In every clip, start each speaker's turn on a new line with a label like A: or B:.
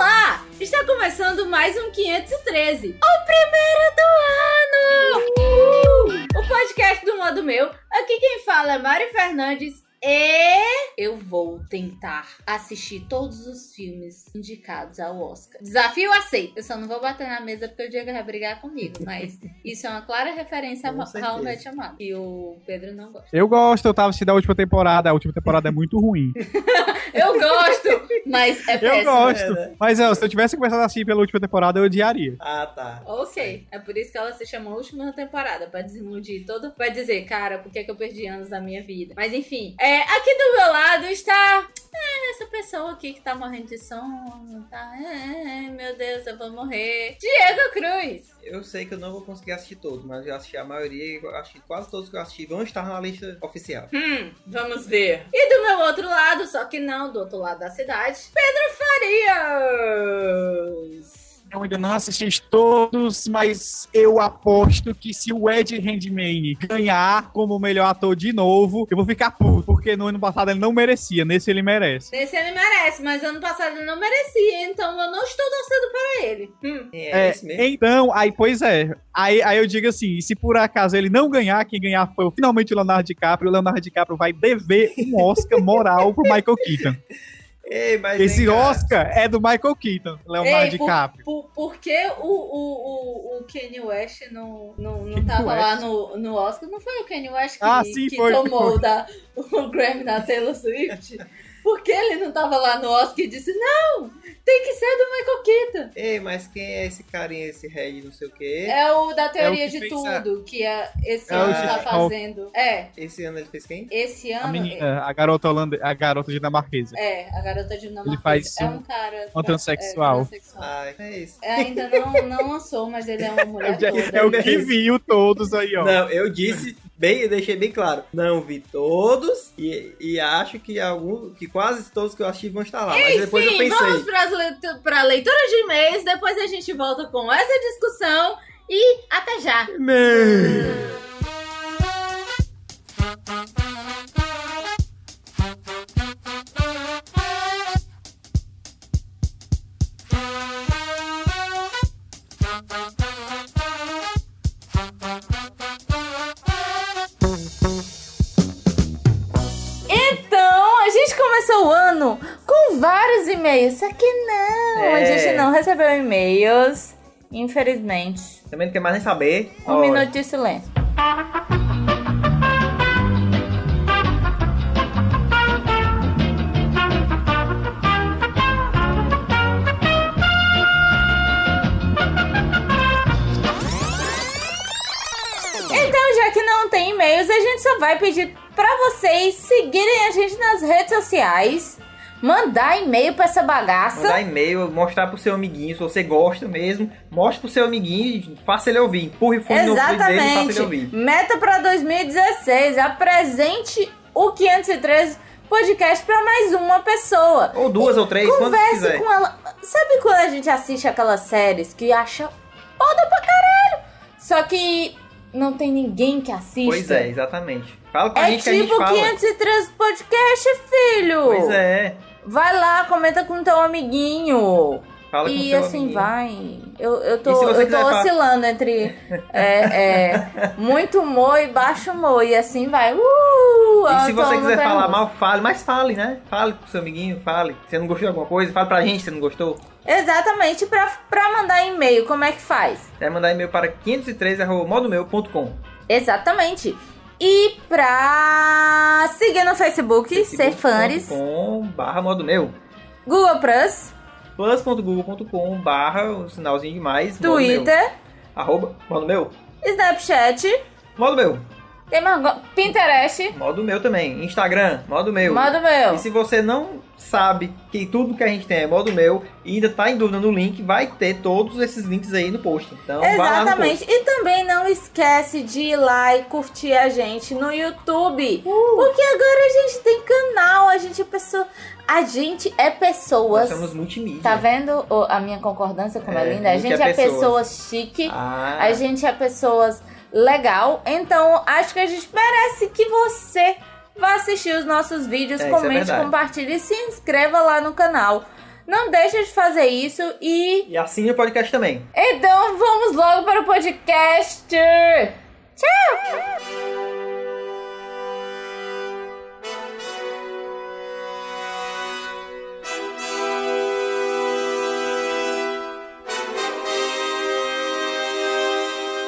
A: Ah, começando mais um 513. O primeiro do ano! Uh! O podcast do modo meu. Aqui quem fala é Mari Fernandes e eu vou tentar assistir todos os filmes indicados ao Oscar. Desafio aceito. Eu só não vou bater na mesa porque o Diego vai brigar comigo, mas isso é uma clara referência
B: Com
A: a Ra- Raul
B: certeza.
A: Met Amado. E o Pedro não gosta.
C: Eu gosto, eu tava assistindo a última temporada. A última temporada é muito ruim.
A: Eu gosto, mas é
C: Eu
A: péssimo.
C: gosto.
B: É, né?
C: Mas ó, se eu tivesse começado assim pela última temporada, eu odiaria.
B: Ah, tá.
A: Ok, é por isso que ela se chamou Última Temporada, pra desiludir todo. Pra dizer, cara, por que, é que eu perdi anos da minha vida? Mas enfim, é, aqui do meu lado está. é, essa pessoa aqui que tá morrendo de sono, tá? é, é, meu Deus, eu vou morrer. Diego Cruz!
B: Eu sei que eu não vou conseguir assistir todos, mas eu assisti a maioria e eu acho que quase todos que eu assisti vão estar na lista oficial.
A: Hum, vamos ver. E do meu outro lado, só que não, do outro lado da cidade, Pedro Farias!
D: Eu ainda não assisti todos, mas eu aposto que se o Ed Handmane
C: Ganhar como melhor ator de novo, eu vou ficar puto, porque no ano passado ele não merecia, nesse ele merece.
A: Esse ele merece, mas ano passado ele não merecia, então eu não estou torcendo para ele. Hum.
B: É,
C: É,
B: isso mesmo.
C: então, aí, pois é. Aí, aí eu digo assim: e se por acaso ele não ganhar, quem ganhar foi finalmente o Leonardo DiCaprio, o Leonardo DiCaprio vai dever um Oscar moral pro Michael Keaton.
B: Ei, mas
C: Esse
B: vem cá.
C: Oscar é do Michael Keaton, Leonardo
A: Ei, por-
C: DiCaprio.
A: Por, por que o, o, o, o Kanye West não, não, não
C: Kanye
A: tava
C: West?
A: lá no, no Oscar? Não foi o Kanye West que,
C: Ah, sim,
A: que
C: foi,
A: tomou
C: foi.
A: Da, o Grammy da Taylor Swift? Por que ele não tava lá no Oscar e disse, não, tem que ser do Michael Keaton?
B: Ei, mas quem é esse carinha, esse Red não sei o quê?
A: É o da teoria
C: que
A: de
C: fez a-
A: tudo que a, esse
B: É o
A: ano
B: Stephen
A: tá
C: Hawking.
A: fazendo. É,
B: Esse ano ele fez quem?
A: esse
C: A
A: ano...
C: menina, a garota holandesa, a garota dinamarquesa.
A: É, a garota de Dinamarquesa.
C: faz
A: é
C: um-
A: um cara...
C: um transexual.
A: é, transexual.
B: Ai, é esse.
A: Ainda não, não lançou, mas ele é uma mulher
C: É,
A: toda.
C: o que viu todos aí, ó.
B: Não, eu disse bem, eu deixei bem claro. Não vi todos e, e acho que algum, que quase todos que eu assisti vão estar lá. Mas depois eu
A: Enfim,
B: pensei.
A: vamos para a leitura de e-mails, depois a gente volta com essa discussão e até já! Então, a gente começou o ano com vários e-mails, só que não, a
B: É.
A: gente não recebeu e-mails, infelizmente.
B: Também não quer mais nem saber.
A: Um
B: Olha,
A: minuto de silêncio. Então, já que não tem e-mails, a gente só vai pedir pra vocês seguirem a gente nas redes sociais, mandar e-mail pra essa bagaça.
B: Mandar e-mail, mostrar pro seu amiguinho, se você gosta mesmo, mostre pro seu amiguinho e faça ele ouvir. Empurre fone no ouvido dele e faça ele
A: Exatamente.
B: ouvir.
A: Meta pra 2016, apresente o 513 podcast pra mais uma pessoa.
B: Ou duas ou três, quando
A: Converse
B: quiser.
A: com ela. Sabe quando a gente assiste aquelas séries que acha foda pra caralho? Só que não tem ninguém que assista.
B: Pois é, exatamente. Fala com a
A: É
B: gente que a gente
A: tipo
B: fala.
A: 513 podcast, filho.
B: Pois é.
A: Vai lá, comenta com teu amiguinho.
B: Fala com
A: E
B: seu
A: assim
B: amiguinho.
A: vai. Eu, eu tô,
B: E se você
A: eu tô
B: quiser falar-
A: oscilando entre é, é, muito humor e baixo humor. E assim vai. Uh,
B: E se
A: eu tô
B: você
A: no
B: quiser
A: pé
B: falar
A: no-
B: mal, fale, mas fale, né? Fale pro seu amiguinho, fale. Você não gostou de alguma coisa? Fale pra gente se você não gostou.
A: Exatamente, pra, pra mandar e-mail, como é que faz?
B: Você vai mandar e-mail para 503.modomeu.com.
A: Exatamente. E pra seguir no Facebook, ser fãs,
B: facebook.com barra modo meu.
A: Google Plus,
B: Plus.google.com barra o sinalzinho de mais. modo meu.
A: Twitter,
B: Arroba modo meu.
A: Snapchat,
B: Modo meu.
A: tem mais alguma- Pinterest,
B: Modo meu também. Instagram. Modo meu.
A: modo meu.
B: E se você não sabe que tudo que a gente tem é modo meu e ainda tá em dúvida no link, vai ter todos esses links aí no post. Então vai lá no post.
A: Exatamente. E também não esquece de ir lá e curtir a gente no YouTube.
B: Uh.
A: Porque agora a gente tem canal, a gente é pessoa. A gente é
B: Nós
A: pessoas.
B: somos multimídia.
A: Tá vendo o- a minha concordância como é,
B: É,
A: linda? A gente é, pessoas. chique,
B: Ah.
A: a gente é pessoas legal. Então, acho que a gente merece que você vá assistir os nossos vídeos,
B: É, isso é
A: comente,
B: verdade.
A: compartilhe e se inscreva lá no canal. Não deixa de fazer isso e.
B: E assine o podcast também.
A: Então vamos logo para o podcast! Tchau!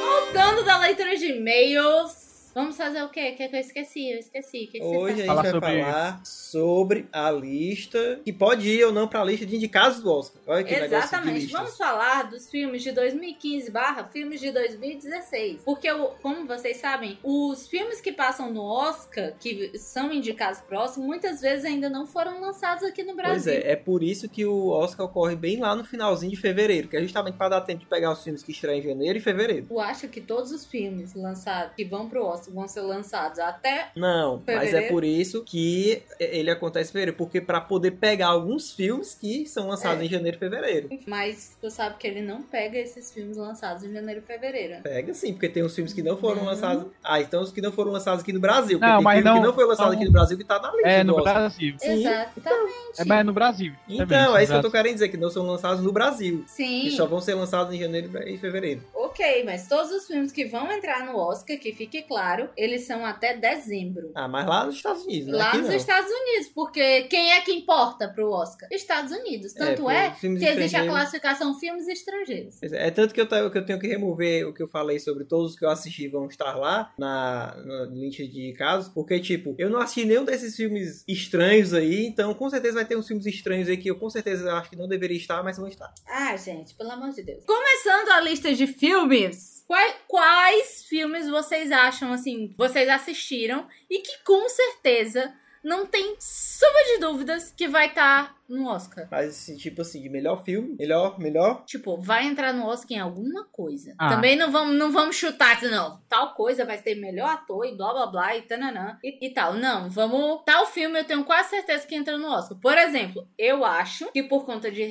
A: Voltando da leitura de e-mails. Vamos fazer o quê? O que é que eu esqueci? Eu esqueci. O que é que vocês
B: Hoje a gente
C: Falar
B: vai
C: sobre-
B: falar sobre a lista, que pode ir ou não pra lista de indicados do Oscar. Olha que negócio de
A: Exatamente.
B: listas.
A: Vamos falar dos filmes de 2015 barra filmes de 2016. Porque, o- como vocês sabem, os filmes que passam no Oscar, que são indicados pro Oscar, muitas vezes ainda não foram lançados aqui no
B: Pois
A: Brasil.
B: é, é por isso que o Oscar ocorre bem lá no finalzinho de fevereiro, que é justamente pra dar tempo de pegar os filmes que estreiam em janeiro e fevereiro.
A: Tu acha que todos os filmes lançados que vão pro Oscar vão ser lançados até.
B: Não, mas é
A: Fevereiro?
B: por isso que ele acontece em fevereiro, porque pra poder pegar alguns filmes que são lançados
A: É.
B: em janeiro e fevereiro.
A: Mas tu sabe que ele não pega esses filmes lançados em janeiro e fevereiro. né?
B: Pega sim, porque tem os filmes que não foram
A: Não.
B: lançados. Ah, então os que não foram lançados aqui no Brasil. Porque
C: Não,
B: tem
C: mas
B: filme que
C: não-
B: não foi lançado
C: não-
B: aqui no Brasil que tá na lista.
C: É,
B: do
C: no
B: Oscar.
C: Brasil.
B: Sim.
A: Exatamente.
C: É, mas é no Brasil.
B: Então, é isso que eu
C: exato.
B: tô querendo dizer, que não são lançados no Brasil.
A: Sim.
B: E só vão ser lançados em janeiro e fevereiro.
A: Ok, mas todos os filmes que vão entrar no Oscar, que fique claro, eles são até dezembro.
B: Ah, mas lá nos Estados Unidos, né?
A: Lá
B: Aqui
A: nos
B: não.
A: Estados Unidos, porque quem é que importa pro Oscar? Estados Unidos. Tanto é,
B: porque filmes
A: que existe a
B: estrangeiros-
A: classificação filmes estrangeiros.
B: É tanto que eu, ta- que eu tenho que remover o que eu falei sobre todos os que eu assisti vão estar lá na, na lista de casos, porque, tipo, eu não assisti nenhum desses filmes estranhos aí, então com certeza vai ter uns filmes estranhos aí que eu com certeza acho que não deveria estar, mas vão estar.
A: Ah, gente, pelo amor de Deus. Começando a lista de filmes. Quais, quais filmes vocês acham, assim, vocês assistiram e que com certeza não tem sombra de dúvidas que vai estar no Oscar?
B: Mas, assim, tipo assim, de melhor filme, melhor, melhor.
A: Tipo, vai entrar no Oscar em alguma coisa.
C: Ah.
A: Também não vamos, não vamos chutar, assim, não. Tal coisa vai ter melhor ator e blá blá blá e tananã e, e tal. Não, vamos. Tal filme eu tenho quase certeza que entra no Oscar. Por exemplo, eu acho que por conta de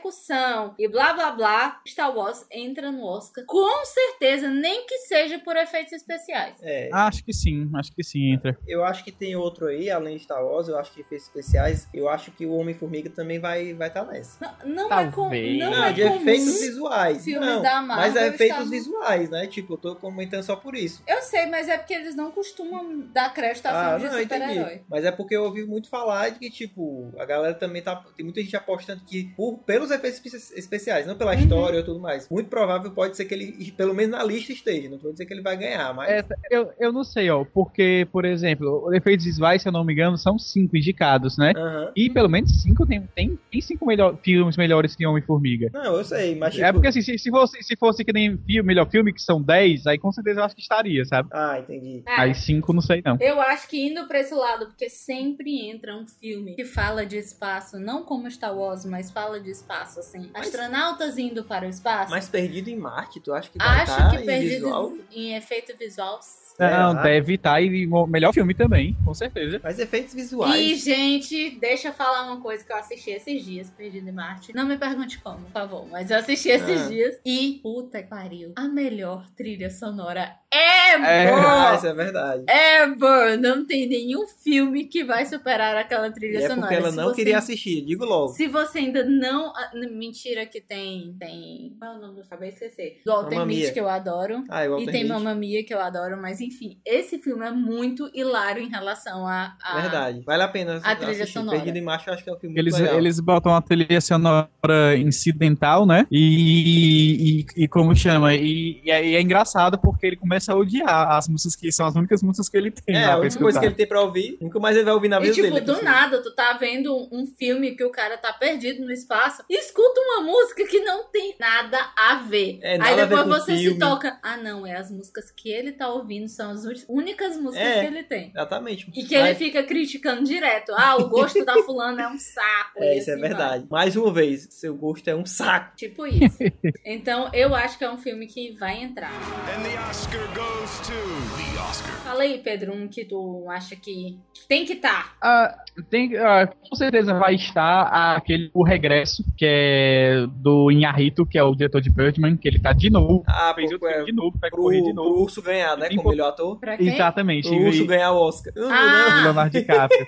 A: repercussão e blá blá blá, Star Wars entra no Oscar com certeza, nem que seja por efeitos especiais.
B: É,
C: Acho que sim, acho que sim, entra.
B: eu acho que tem outro aí, além de Star Wars, eu acho que fez especiais, eu acho que o Homem-Formiga também vai vai tá nessa.
A: Não, não é com,
C: Talvez.
A: não,
B: Não,
A: é
B: de
A: comum
B: efeitos visuais.
A: filmes
B: Não,
A: da Marvel
B: mas é efeitos
A: estar no-
B: visuais, né? Tipo, eu tô comentando só por isso.
A: Eu sei, mas é porque eles não costumam dar crédito
B: Ah,
A: a filmes Tá de super-herói.
B: Mas é porque eu ouvi muito falar de que, tipo, a galera também tá. Tem muita gente apostando que, por, pelos efeitos espe- especiais, não pela
A: Uhum.
B: história ou tudo mais, muito provável pode ser que ele, pelo menos na lista, esteja. Não vou dizer que ele vai ganhar, mas.
C: É, eu, eu não sei, ó, porque, por exemplo, os efeitos visuais, se eu não me engano, são cinco indicados, né?
B: Aham.
C: E pelo menos cinco tem, tem, tem cinco melhor, filmes melhores que Homem-Formiga.
B: Não, eu sei, mas. Tipo...
C: É porque assim, se, se fosse, se fosse que nem filme, melhor filme, que são 10, aí com certeza eu acho que estaria, sabe?
B: Ah, entendi.
A: Ah,
C: Aí cinco não sei não.
A: Eu acho que indo pra esse lado, porque sempre entra um filme que fala de espaço, não como Star Wars, mas fala de espaço, assim.
B: Mas-
A: Astronautas indo para o espaço.
B: Mas perdido em Marte, tu acha que vai
A: acho
B: tá
A: que
B: em
A: perdido
B: visual?
A: em efeito visual.
C: Não,
B: Será?
C: É, deve estar e mo- melhor filme também, com certeza.
B: Mas efeitos
A: E,
B: visuais.
A: gente, deixa eu falar uma coisa que eu assisti esses dias, Perdido em Marte. Não me pergunte como, por favor, mas eu assisti esses
B: Ah.
A: dias. E, puta que pariu, a melhor trilha sonora ever!
C: É.
B: Ah, isso é verdade.
A: Ever! Não tem nenhum filme que vai superar aquela
B: E
A: trilha
B: é
A: sonora.
B: porque ela
A: Se
B: não
A: você
B: queria assistir, digo logo.
A: Se você ainda não. ah, n- Mentira, que tem. Tem. Qual é o nome do acabei de esquecer? Do Walter
B: Mamma
A: Mitty,
B: Mia.
A: que eu adoro.
B: Ah, eu
A: E tem Mamma Mia, que eu adoro. Mas enfim, esse filme é muito hilário em relação a. a-
B: Verdade. Vale a pena
A: a trilha
B: assistir.
A: sonora.
B: Perdido em Marte, eu acho que é um filme
C: Eles,
B: muito legal.
C: eles botam a trilha sonora incidental, né? E, e, e como chama? E, e é, e é engraçado porque ele começa a odiar as músicas que são as únicas músicas que ele tem.
B: É,
C: lá
B: a
C: pra
B: única coisa
C: escutar.
B: que ele tem pra ouvir, nunca mais ele vai ouvir na
A: E
B: vida
A: tipo,
B: dele. é
A: do nada, tu tá vendo um- um filme que o cara tá perdido no espaço e escuta uma música que não tem nada a ver.
B: É, nada
A: Aí
B: a ver
A: depois
B: com o
A: você se
B: filme.
A: toca. Ah, não, é as músicas que ele tá ouvindo, são as ú- únicas músicas
B: É.
A: que ele tem.
B: Exatamente.
A: E que
B: Mas-
A: ele fica criticando direto. Ah, o gosto da fulana é um saco.
B: É,
A: e
B: isso é
A: assim vai.
B: verdade. Mais uma vez, seu gosto é um saco.
A: Tipo isso. Então, eu acho que é um filme que vai entrar.
E: And the Oscar goes to the Oscar.
A: Fala aí, Pedro, um que tu acha que tem que tá. estar.
C: Ah, tem, ah, com certeza vai estar aquele O Regresso, que é do Inharito, que é o diretor de Birdman, que ele tá de novo.
B: Ah,
C: Fez
B: pô,
C: outro
B: é,
C: filme de novo, vai
B: pro,
C: correr de
B: pro
C: novo.
B: urso ganhar, né? Como
C: Impo-
B: melhor ator.
A: Pra quem?
C: Exatamente.
B: Pro urso
C: E,
B: ganhar o Oscar. Não,
A: Ah,
C: Leonardo DiCaprio.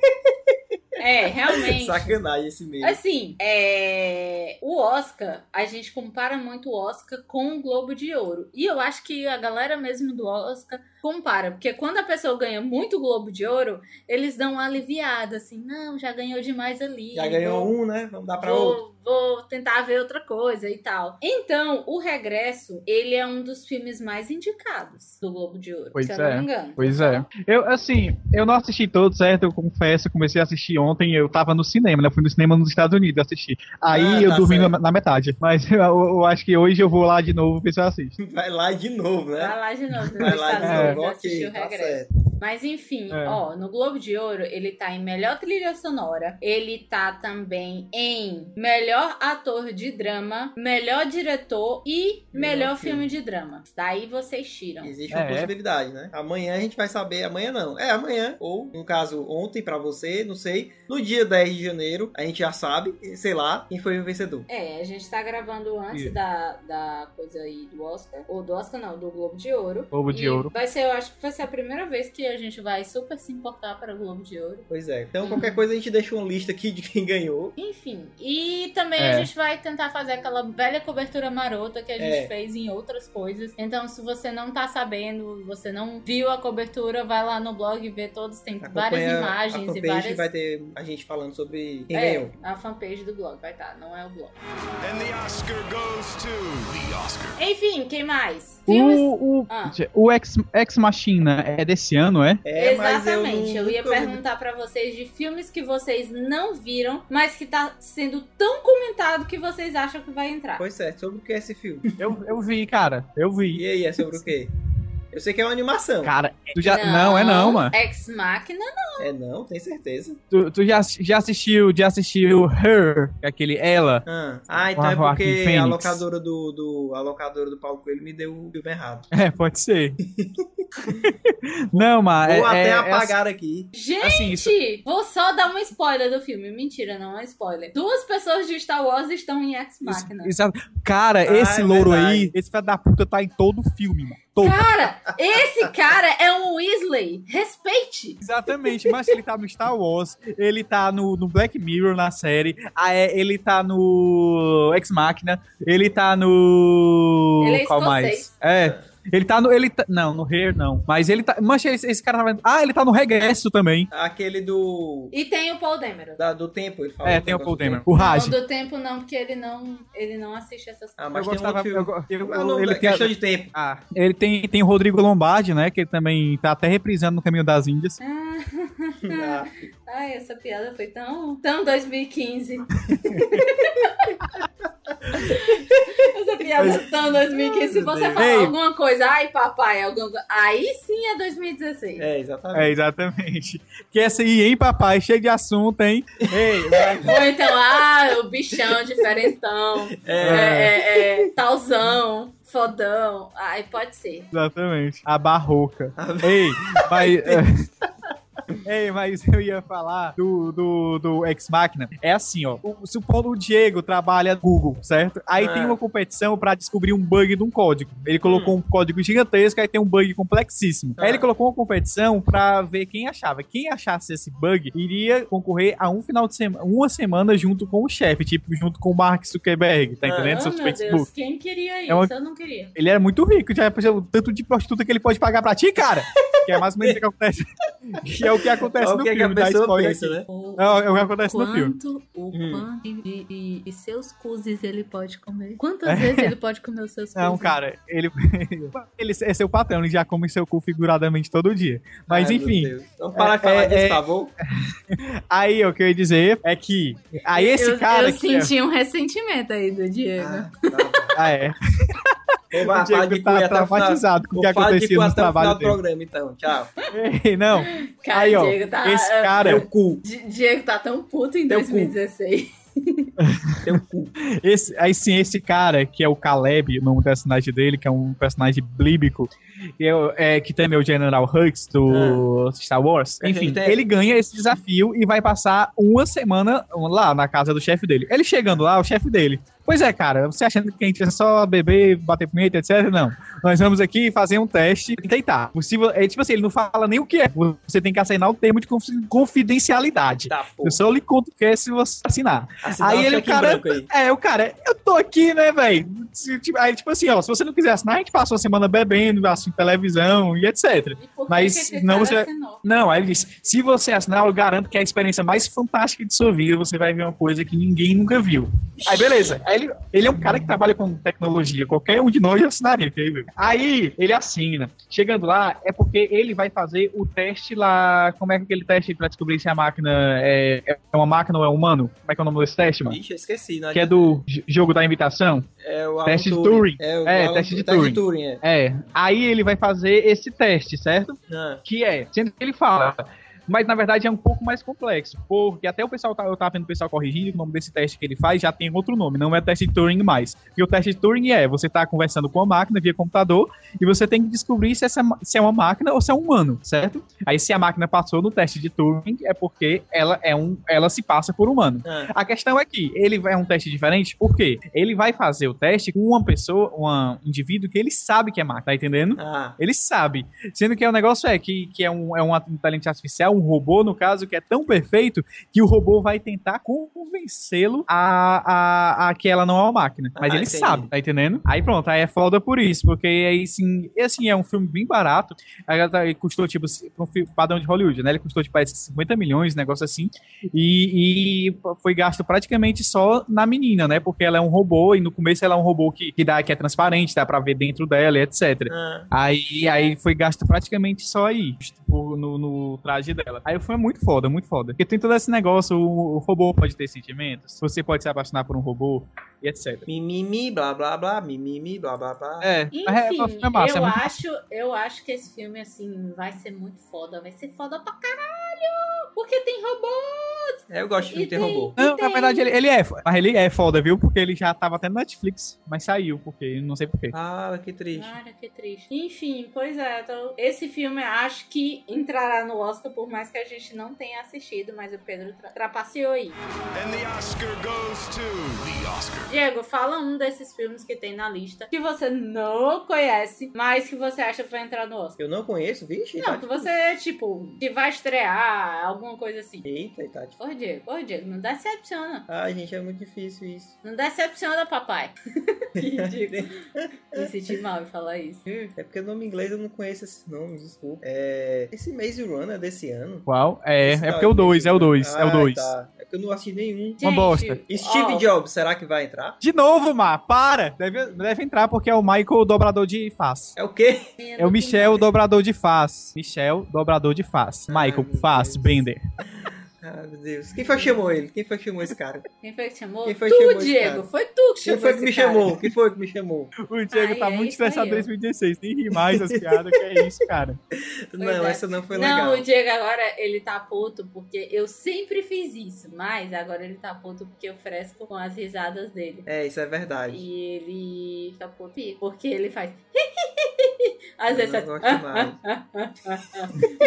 A: É,
B: não.
A: realmente.
B: Sacanagem. verdade, esse mesmo.
A: Assim, é... o Oscar, a gente compara muito o Oscar com o Globo de Ouro. E eu acho que a galera mesmo do Oscar compara. Porque quando a pessoa ganha muito Globo de Ouro, eles dão uma aliviada, assim, não, já ganhou demais ali.
B: Já ganhou um, né? Vamos dar pra
A: vou,
B: outro.
A: Vou tentar ver outra coisa e tal. Então, o Regresso, ele é um dos filmes mais indicados do Globo de Ouro,
C: Pois
A: se eu
C: é.
A: não me engano.
C: Pois é. Eu, assim, eu não assisti todo, certo? Eu confesso, eu comecei a assistir ontem, eu tava no cinema, né? Eu fui no cinema nos Estados Unidos assistir. Aí
B: Ah,
C: eu
B: tá
C: dormi na,
B: certo.
C: na metade. Mas eu, eu acho que hoje eu vou lá de novo ver se eu assisto.
B: Vai lá de novo,
A: Vai
B: né?
A: lá de novo,
B: Vai lá de
A: Estados
B: novo.
A: Unidos, assistir
B: Ok,
A: o
B: tá
A: Regresso. então.
B: certo.
A: Mas enfim,
C: É.
A: ó, no Globo de Ouro ele tá em melhor trilha sonora, ele tá também em melhor ator de drama, melhor diretor e melhor,
B: Melhor
A: filme.
B: filme.
A: de drama. Daí vocês tiram.
B: Existe
C: É.
B: uma possibilidade, né? Amanhã a gente vai saber, amanhã não. É, amanhã, ou no caso, ontem pra você, não sei. No dia 10 de janeiro, a gente já sabe, sei lá, quem foi o vencedor.
A: É, a gente tá gravando antes
C: E-
A: da, da coisa aí do Oscar. Ou do Oscar não, do Globo de Ouro.
C: Globo de
A: E
C: Ouro.
A: Vai ser, eu acho que vai ser a primeira vez que a gente vai super se importar para o Globo de Ouro.
B: Pois é. Então,
A: Uhum.
B: qualquer coisa a gente deixa uma lista aqui de quem ganhou.
A: Enfim, e também
C: É.
A: a gente vai tentar fazer aquela velha cobertura marota que a gente
B: É.
A: fez em outras coisas. Então, se você não tá sabendo, você não viu a cobertura, vai lá no blog e vê todos, tem várias
B: Acompanha a
A: imagens e
B: fanpage
A: várias.
B: vai ter a gente falando sobre quem
A: É,
B: ganhou.
A: a fanpage do blog vai estar, não é o blog.
E: And the Oscar goes to the Oscar.
A: Enfim, quem mais?
B: Uh,
A: Filmes?
C: O, o,
A: Ah.
C: o Ex, Ex Machina é desse ano, é?
B: É, mas eu não-
A: Exatamente, eu, ia
B: nunca-
A: perguntar pra vocês de filmes que vocês não viram, mas que tá sendo tão comentado que vocês acham que vai entrar.
B: Pois é, sobre o que é esse filme?
C: Eu, eu vi, cara. Eu vi.
B: E aí, é sobre o quê? Eu sei que é uma animação.
C: Cara, tu já.
B: Ah,
C: Não, é não, mano.
A: Ex Machina?
B: É não, tem certeza.
C: Tu, tu já, já assistiu, já assistiu Her, que é aquele ela.
B: Ah, ah, então
C: a
B: é porque
C: Joaquin
B: a
C: Phoenix.
B: locadora do, do, a locadora do Paulo Coelho me deu o filme errado.
C: É, pode ser. não, mas.
B: Vou
C: é-
B: até
C: é-
D: assim.
C: é
B: apagar aqui.
A: Gente!
C: assim, isso-
A: Gente, vou só dar um spoiler do filme. Mentira, não é spoiler. Duas pessoas de Star Wars estão em
D: Isso-
A: Ex-Máquina.
D: É. exato. Cara,
B: Ah,
D: esse
B: é
D: louro aí,
B: verdade.
D: esse filho da puta tá em todo o filme, mano. Todo.
A: Cara, esse cara é um Weasley. Respeite.
D: Exatamente, mas ele tá no Star Wars, ele tá no, no Black Mirror na série, ah, é, ele tá no Ex Machina, ele tá no.
A: Ele é
D: Qual
A: escocês.
D: mais? É. Ele tá no. Ele tá- não, no Hair não. Mas ele tá. Mas esse, esse cara tava. Ah, ele tá no Regresso também.
B: Aquele do.
A: E tem o Paul Dameron.
B: da- do tempo, ele falou.
D: é,
B: do
D: tem o
B: negócio
D: Paul
B: do tempo.
D: Dameron. O Raj.
A: Não do tempo não, porque ele não, ele não assiste essas
B: Ah,
A: coisas.
B: mas tem
D: Eu
B: um
D: gostava-
B: outro filme.
D: eu go- eu-
B: Qual o nome
D: ele
B: da-
D: tem a-
B: Questão de tempo.
D: Ah, ele tem, tem o Rodrigo Lombardi, né? Que ele também tá até reprisando no Caminho das Índias.
B: Ah,
A: Ai, essa piada foi tão, tão 2015. essa piada é tão 2015. Se você falar
D: Ei.
A: alguma coisa, ai papai, alguma... coisa- aí sim é 2016.
B: é, exatamente.
D: É, exatamente. Que essa aí, hein, papai? Cheio de assunto, hein? É, Ei, vai.
A: Ou então, ah, o bichão diferentão, é, é, é, talzão, fodão. Ai, pode ser.
D: Exatamente. A barroca. Ei, mas. Ei, mas eu ia falar do, do, do Ex Machina. É assim, ó. O, supondo o Diego trabalha no Google, certo? Aí
B: Ah.
D: tem uma competição pra descobrir um bug de um código. Ele colocou um código gigantesco, aí tem um bug complexíssimo. Aí
B: Ah.
D: ele colocou uma competição pra ver quem achava. Quem achasse esse bug iria concorrer a um final de semana, uma semana junto com o chefe, tipo, junto com o Mark Zuckerberg, tá
B: Ah.
D: entendendo?
A: oh,
D: Seus
A: meu
D: Facebook.
A: Deus, quem queria isso?
D: É uma-
A: Eu não queria.
D: Ele era muito rico, já percebeu o tanto de prostituta que ele pode pagar pra ti, cara. Que é mais ou menos o que acontece. Que é o que acontece
B: Olha
D: no
B: o que, é que
D: filme,
B: a
D: da
B: pessoa
D: spoiler
B: pensa,
D: aqui.
B: né?
A: O
D: É, é o que acontece no filme.
A: quanto, o quanto e, e- e seus cuzes ele pode comer? Quantas vezes ele pode comer os seus cuzes?
D: Não, É. um cara, ele, ele é seu patrão, ele já come seu cu figuradamente todo dia. Mas
B: Ai, meu
D: enfim,
B: Deus. Vamos parar de falar
D: É, é,
B: disso, tá
D: é.
B: por favor?
D: aí o que eu ia dizer é que. Aí esse
A: eu,
D: cara.
A: Eu
D: que
A: senti um ressentimento aí do Diego.
B: Ah, tá.
D: É, ah, é.
B: Vamos
D: O
B: lá, fala de
D: Diego
B: cu
D: tá
B: até o final.
D: traumatizado com o que
B: Vou falar de cu
D: acontecia no
B: até o final
D: trabalho
B: do
D: dele.
B: programa, então. Tchau.
D: Ei, Não,
A: cara,
D: aí ó,
A: Diego tá,
D: esse cara. é
B: Teu É cu.
A: Di- Diego tá tão puto em
B: Teu cu.
A: 2016.
B: Teu cu.
D: Esse, aí sim, esse cara, que é o Caleb, o nome do personagem dele, que é um personagem blíbico, que, é, o- é, que também é o General Hux do Star Wars.
B: Que a
D: Enfim,
B: gente Ah. Uhum. tem-
D: ele ganha esse desafio e vai passar uma semana lá na casa do chefe dele. Ele chegando lá, o chefe dele Pois é, cara, você achando que a gente é só beber, bater punheta, etc. Não. Nós vamos aqui fazer um teste e tentar. Possível, é tipo assim, ele não fala nem o que é. Você tem que assinar o termo de confi- confidencialidade.
B: Tá, pô.
D: Eu só lhe conto o que é se você assinar.
B: Assinar
D: aí
B: um
D: ele,
B: cheque em
D: cara,
B: branco aí.
D: é, o cara, eu tô aqui, né, velho? Aí, tipo assim, ó, se você não quiser assinar, a gente passa uma semana bebendo, assistindo televisão e etc.
A: E por que
D: Mas
A: que esse
D: não,
A: cara
D: você-
A: assinou?
D: Não, aí ele disse: se você assinar, eu garanto que é a experiência mais fantástica de sua vida. Você vai ver uma coisa que ninguém nunca viu. Aí, beleza. Aí ele, ele é um cara que trabalha com tecnologia. Qualquer um de nós assinaria. entendeu? Aí ele assina. Chegando lá, é porque ele vai fazer o teste lá. Como é que aquele teste pra descobrir se a máquina é, é uma máquina ou é humano? Como é que é o nome desse teste, mano?
B: Ixi, eu esqueci, né?
D: Que é do j- jogo da imitação?
B: É o Alan
D: Teste de Turing.
B: É, o
D: É,
B: Alan-
D: teste de Turing.
B: é.
D: É. Aí ele vai fazer esse teste, certo?
B: Ah,
D: que é, sendo que ele fala. Mas na verdade é um pouco mais complexo, porque até o pessoal tá- eu tava vendo o pessoal corrigindo que o nome desse teste que ele faz já tem outro nome, não é teste de Turing mais. Porque o teste de Turing é você tá conversando com a máquina via computador e você tem que descobrir se, essa ma- se é uma máquina ou se é um humano, certo? Aí se a máquina passou no teste de Turing é porque ela é um, ela se passa por humano.
B: ah.
D: A questão é que ele vai- é um teste diferente, por quê? Ele vai fazer o teste com uma pessoa, um indivíduo que ele sabe que é máquina, tá entendendo?
B: ah.
D: Ele sabe. Sendo que o negócio é que, que é, um, é um inteligência artificial, um robô, no caso, que é tão perfeito que o robô vai tentar convencê-lo a, a, a que ela não é uma máquina. Mas
B: Ah,
D: ele
B: entendi.
D: sabe, tá entendendo? Aí pronto, aí é foda por isso, porque aí sim, assim, é um filme bem barato. Aí ela tá- Ele custou, tipo, um filme padrão de Hollywood, né? Ele custou, tipo, parece que 50 milhões, negócio assim. E, e foi gasto praticamente só na menina, né? Porque ela é um robô e no começo ela é um robô que, que, dá, que é transparente, dá pra ver dentro dela e etc.
B: ah.
D: Aí, aí foi gasto praticamente só aí, tipo, no, no traje dela. Aí foi muito foda, muito foda. Porque tem todo esse negócio, o, o robô pode ter sentimentos, você pode se apaixonar por um robô, e etc.
B: Mimimi, blá blá blá, mimimi, blá blá blá.
D: É, mas
A: Enfim,
D: é massa, é
A: eu,
D: muito
A: acho, eu acho que esse filme, assim, vai ser muito foda. Vai ser foda pra caralho! Porque tem robô!
B: É, eu gosto de filme
A: E
B: ter
A: tem-
B: robô.
D: Não, na
A: tem-
D: verdade ele, ele é, mas ele é foda, viu? Porque ele já tava até na Netflix, mas saiu, porque não sei porquê.
B: Ah, que triste.
A: Cara, que triste. Enfim, pois é. então, esse filme acho que entrará no Oscar, por mais que a gente não tenha assistido, mas o Pedro tra- trapaceou aí.
F: And the Oscar goes to the Oscar.
A: Diego, fala um desses filmes que tem na lista que você não conhece, mas que você acha que vai entrar no Oscar.
B: Eu não conheço, vixe.
A: Não, que
B: tá-
A: você, tipo, que vai estrear, alguma coisa assim.
B: Eita, Tati.
A: Ô, Diego, ô, Diego, não decepciona.
B: Ai, gente, é muito difícil isso.
A: Não decepciona, papai. que ridículo. Me senti mal em falar isso.
B: É porque o nome em inglês eu não conheço esses nomes, desculpa. É... Esse Maze Runner é desse ano?
D: Qual? É,
B: Esse
D: é
B: tá
D: porque é o
B: aí,
D: 2, é o
B: Maze
D: 2, é o
B: Runner. Ah,
D: 2.
B: tá. É porque eu não assisti nenhum.
A: Gente,
D: bosta.
B: Steve
A: ó,
B: Jobs, será que vai entrar?
D: De novo, Má, para! Deve, deve entrar porque é o Michael dobrador de face.
B: É o quê?
D: É o Michel dobrador de face. Michel dobrador de face.
B: Ai,
D: Michael
B: meu
D: face,
B: Deus.
D: Bender.
B: Ah, meu Deus. Quem foi que chamou ele? Quem foi que chamou esse cara?
A: Quem foi que te chamou?
B: Quem foi que
A: tu,
B: chamou esse
A: Diego.
B: cara?
A: Foi tu que chamou
B: Quem foi que
A: esse
B: me
A: cara.
B: chamou? Quem foi que me chamou?
D: O Diego
A: Ai,
D: tá
A: é
D: muito
A: isso aí,
D: estressado em
A: ó.
D: 2016. Nem ri mais as piadas, que é isso, cara.
B: Não,
A: é.
B: essa não foi
A: não,
B: legal.
A: o Diego agora ele tá puto porque eu sempre fiz isso, mas agora ele tá puto porque eu fresco com as risadas dele.
B: É, isso é verdade.
A: E ele fica puto porque ele faz. Às vezes
B: Eu não gosto mais.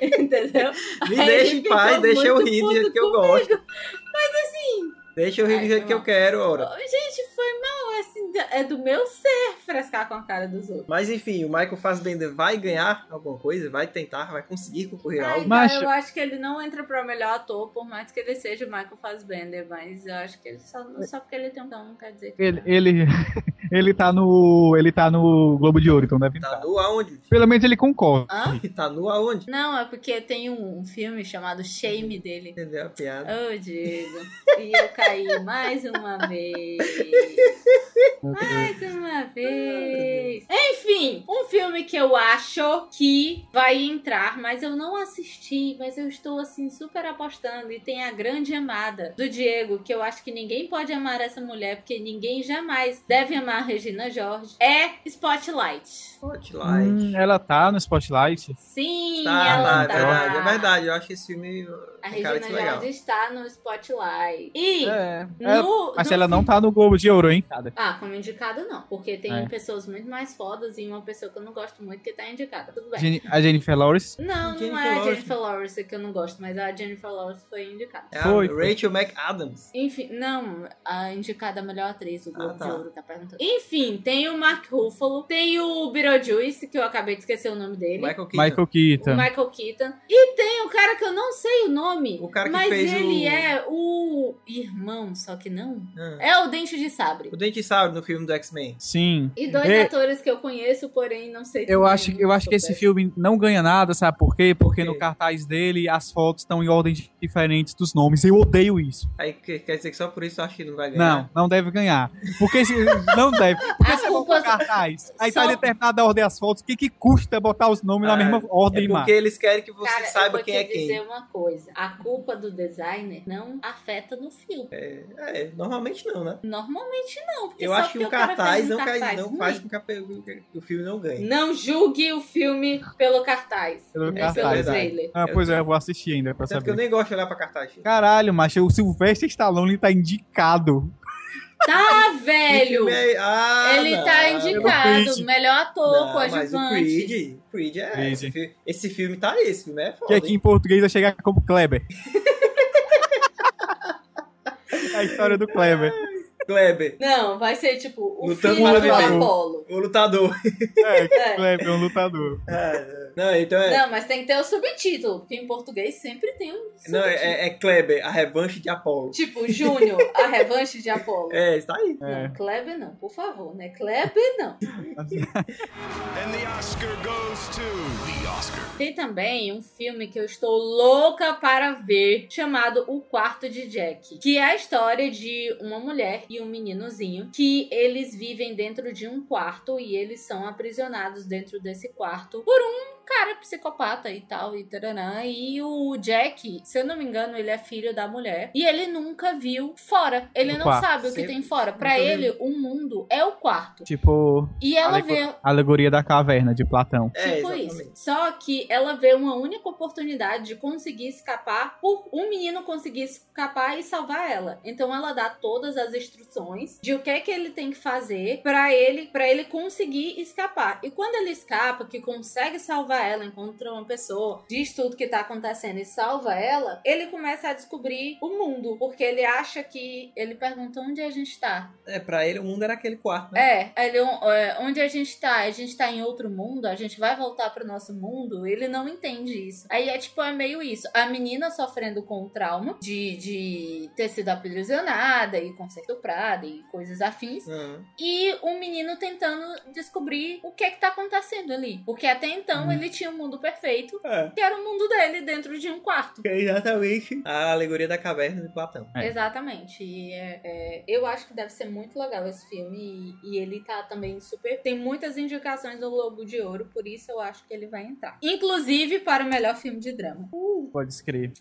A: Entendeu?
B: Me
A: Aí
B: deixa
A: ele
B: em paz,
A: fica
B: deixa eu
A: muito
B: rir do jeito
A: puto
B: que eu
A: comigo. assim,
B: gosto. Deixa eu rir
A: Ai, tá
B: do jeito
A: foi
B: que eu
A: mal.
B: quero, ora.
A: Gente, foi mal. Assim, é do meu ser frescar com a cara dos outros.
B: Mas enfim, o Michael Fassbender vai ganhar alguma coisa, vai tentar, vai conseguir concorrer a
A: Ai,
B: algo.
A: cara,
D: Macho.
A: Ah, então eu acho que ele não entra pra melhor ator, por mais que ele seja o Michael Fassbender, mas eu acho que ele só, só porque ele tem um dom, não quer dizer que.
D: Ele, ele, ele, tá no, ele tá no Globo de Ouro, então deve
B: Tá
D: entrar.
B: nu aonde?
D: Pelo menos ele concorda.
A: Hã?
B: Tá nu aonde?
A: Não, é porque tem um, um filme chamado Shame dele.
B: Entendeu a piada?
A: Ô, Diego. E eu caí mais uma vez. Mais uma vez. Enfim, um filme que eu acho que vai entrar, mas eu não assisti, mas eu estou assim super apostando e tem a grande amada do Diego, que eu acho que ninguém pode amar essa mulher porque ninguém jamais deve amar a Regina George. É Spotlight.
B: Spotlight.
D: Hum, ela tá no Spotlight.
A: Sim,
B: Tá,
A: ela
B: tá, é
A: tá.
B: verdade, é verdade. Eu acho que esse filme
A: A
B: tem cara de
A: Regina
B: ser legal.
A: George está no Spotlight. E
D: É. é,
A: no,
D: mas
A: no
D: ela não tá no Globo de Ouro, hein?
A: Ah, como indicada não, porque tem
D: É.
A: pessoas muito mais fodas e uma pessoa que eu não gosto muito que tá indicada. Tudo bem.
D: Gen- A Jennifer Lawrence.
A: Não, não
B: Jennifer
A: é a
B: Lawrence.
A: Jennifer Lawrence que eu não gosto, mas a Jennifer Lawrence foi indicada.
B: É a
D: Foi, foi.
B: Rachel McAdams.
A: Enfim, não, a indicada melhor atriz, o Globo
B: Ah, tá.
A: de Ouro tá perguntando. Enfim, tem o Mark Ruffalo, tem o Beetlejuice, que eu acabei de esquecer o nome dele.
B: Michael Keaton.
D: Michael Keaton.
A: O Michael Keaton. E tem o cara que eu não sei o nome.
B: O cara que
A: mas
B: fez
A: ele
B: o-
A: é o irmão, só que não.
B: Ah.
A: É o Dente de Sabre.
B: O Dente Sabre no filme do X-Men.
D: Sim.
A: E dois
D: É.
A: atores que eu conheço, porém não sei.
D: Eu
A: também,
D: acho,
A: não
D: eu acho que esse
A: souber.
D: filme não ganha nada, sabe por quê? Porque
B: Por quê?
D: no cartaz dele as fotos estão em ordem diferente dos nomes. Eu odeio isso.
B: Aí que- quer dizer que só por isso eu acho que não vai ganhar.
D: Não, não deve ganhar. Porque se, não deve. Porque
A: A
D: se
A: culpa-
D: culpa... cartaz, aí
A: Só-
D: tá determinada a ordem das fotos. O que, que custa botar os nomes
B: Ah,
D: na mesma ordem
B: É
D: lá?
B: porque eles querem que você
A: Cara,
B: saiba
A: eu vou
B: quem
A: te
B: é quem.
A: dizer uma coisa. A culpa do designer não afeta no filme.
B: É, normalmente não, né?
A: Normalmente não. Porque
B: Eu
A: É só
B: acho que
A: porque
B: o
A: cara
B: cartaz,
A: fez um
B: não,
A: cartaz
B: cai- não
A: ruim.
B: faz com que, a pe- que o filme não ganhe.
A: Não julgue o filme pelo cartaz.
D: Pelo
A: nem
D: cartaz,
A: pelo
B: é.
A: trailer.
D: Ah, pois é, eu vou assistir ainda pra
B: Até porque eu
D: saber.
B: nem gosto de olhar pra cartaz. gente.
D: Caralho, macho, o Sylvester Stallone tá indicado.
A: Tá,
B: O
A: velho!
B: filme é- Ah,
A: Ele
B: não.
A: tá
D: Pelo
A: indicado.
D: Creed.
A: Melhor ator,
B: Não, mas o
A: coadjuvante.
B: Creed, Creed é
D: Creed.
B: Esse, filme, esse filme tá esse, filme é
D: Que
B: foda.
D: aqui
B: hein?
D: em português vai chegar como Kleber. a história do Kleber.
B: Kleber,
A: Não, vai ser tipo o
B: Lutando
A: filho
B: pela
A: do
B: vida.
A: Apolo.
B: o lutador.
D: É,
A: É.
D: Kleber é um lutador.
B: É, não, então é.
A: Não, mas tem que ter o subtítulo, porque em português sempre tem um subtítulo.
B: Não, é, é Kleber, a revanche de Apolo.
A: Tipo, Júnior, a revanche de Apolo.
B: É, está aí.
A: Não, Kleber não, por favor, né? Kleber não.
E: And the Oscar goes to the Oscar.
A: Tem também um filme que eu estou louca para ver, chamado O Quarto de Jack, que é a história de uma mulher e um meninozinho que eles vivem dentro de um quarto e eles são aprisionados dentro desse quarto por um cara psicopata e tal e taranã. E o Jack, se eu não me engano, ele é filho da mulher e ele nunca viu fora. Ele
D: No
A: não
D: quarto.
A: sabe o que
B: Sempre-
A: tem fora. Pra
B: nunca
A: ele, o mundo é o quarto.
D: Tipo,
A: E ela
D: Alegor-
A: vê
D: alegoria da caverna de Platão.
B: É,
A: Tipo isso.
B: exatamente.
A: Só que ela vê uma única oportunidade de conseguir escapar por um menino conseguir escapar e salvar ela. Então ela dá todas as instruções de o que é que ele tem que fazer pra ele, para ele conseguir escapar. E quando ele escapa, que consegue salvar ela, encontra uma pessoa, diz tudo que tá acontecendo e salva ela, ele começa a descobrir o mundo, porque ele acha que ele pergunta onde a gente tá.
B: É, pra ele o mundo era aquele quarto, né?
A: É, ele, é, onde a gente tá, a gente tá em outro mundo, a gente vai voltar pro nosso mundo, ele não entende isso. Aí é tipo, é meio isso. A menina sofrendo com o trauma de, de ter sido aprisionada e consertuprada e coisas afins.
B: Aham.
A: E o menino tentando descobrir o que é que tá acontecendo ali. Porque até então
D: Hum.
A: ele tinha um mundo perfeito,
B: É.
A: que era o mundo dele dentro de um quarto.
B: que é exatamente a alegoria da caverna de Platão.
D: É.
A: Exatamente. E é- é, eu acho que deve ser muito legal esse filme. E, e ele tá também super. Tem muitas indicações do Globo de Ouro, por isso eu acho que ele vai entrar. Inclusive para o melhor filme de drama.
D: Pode escrever.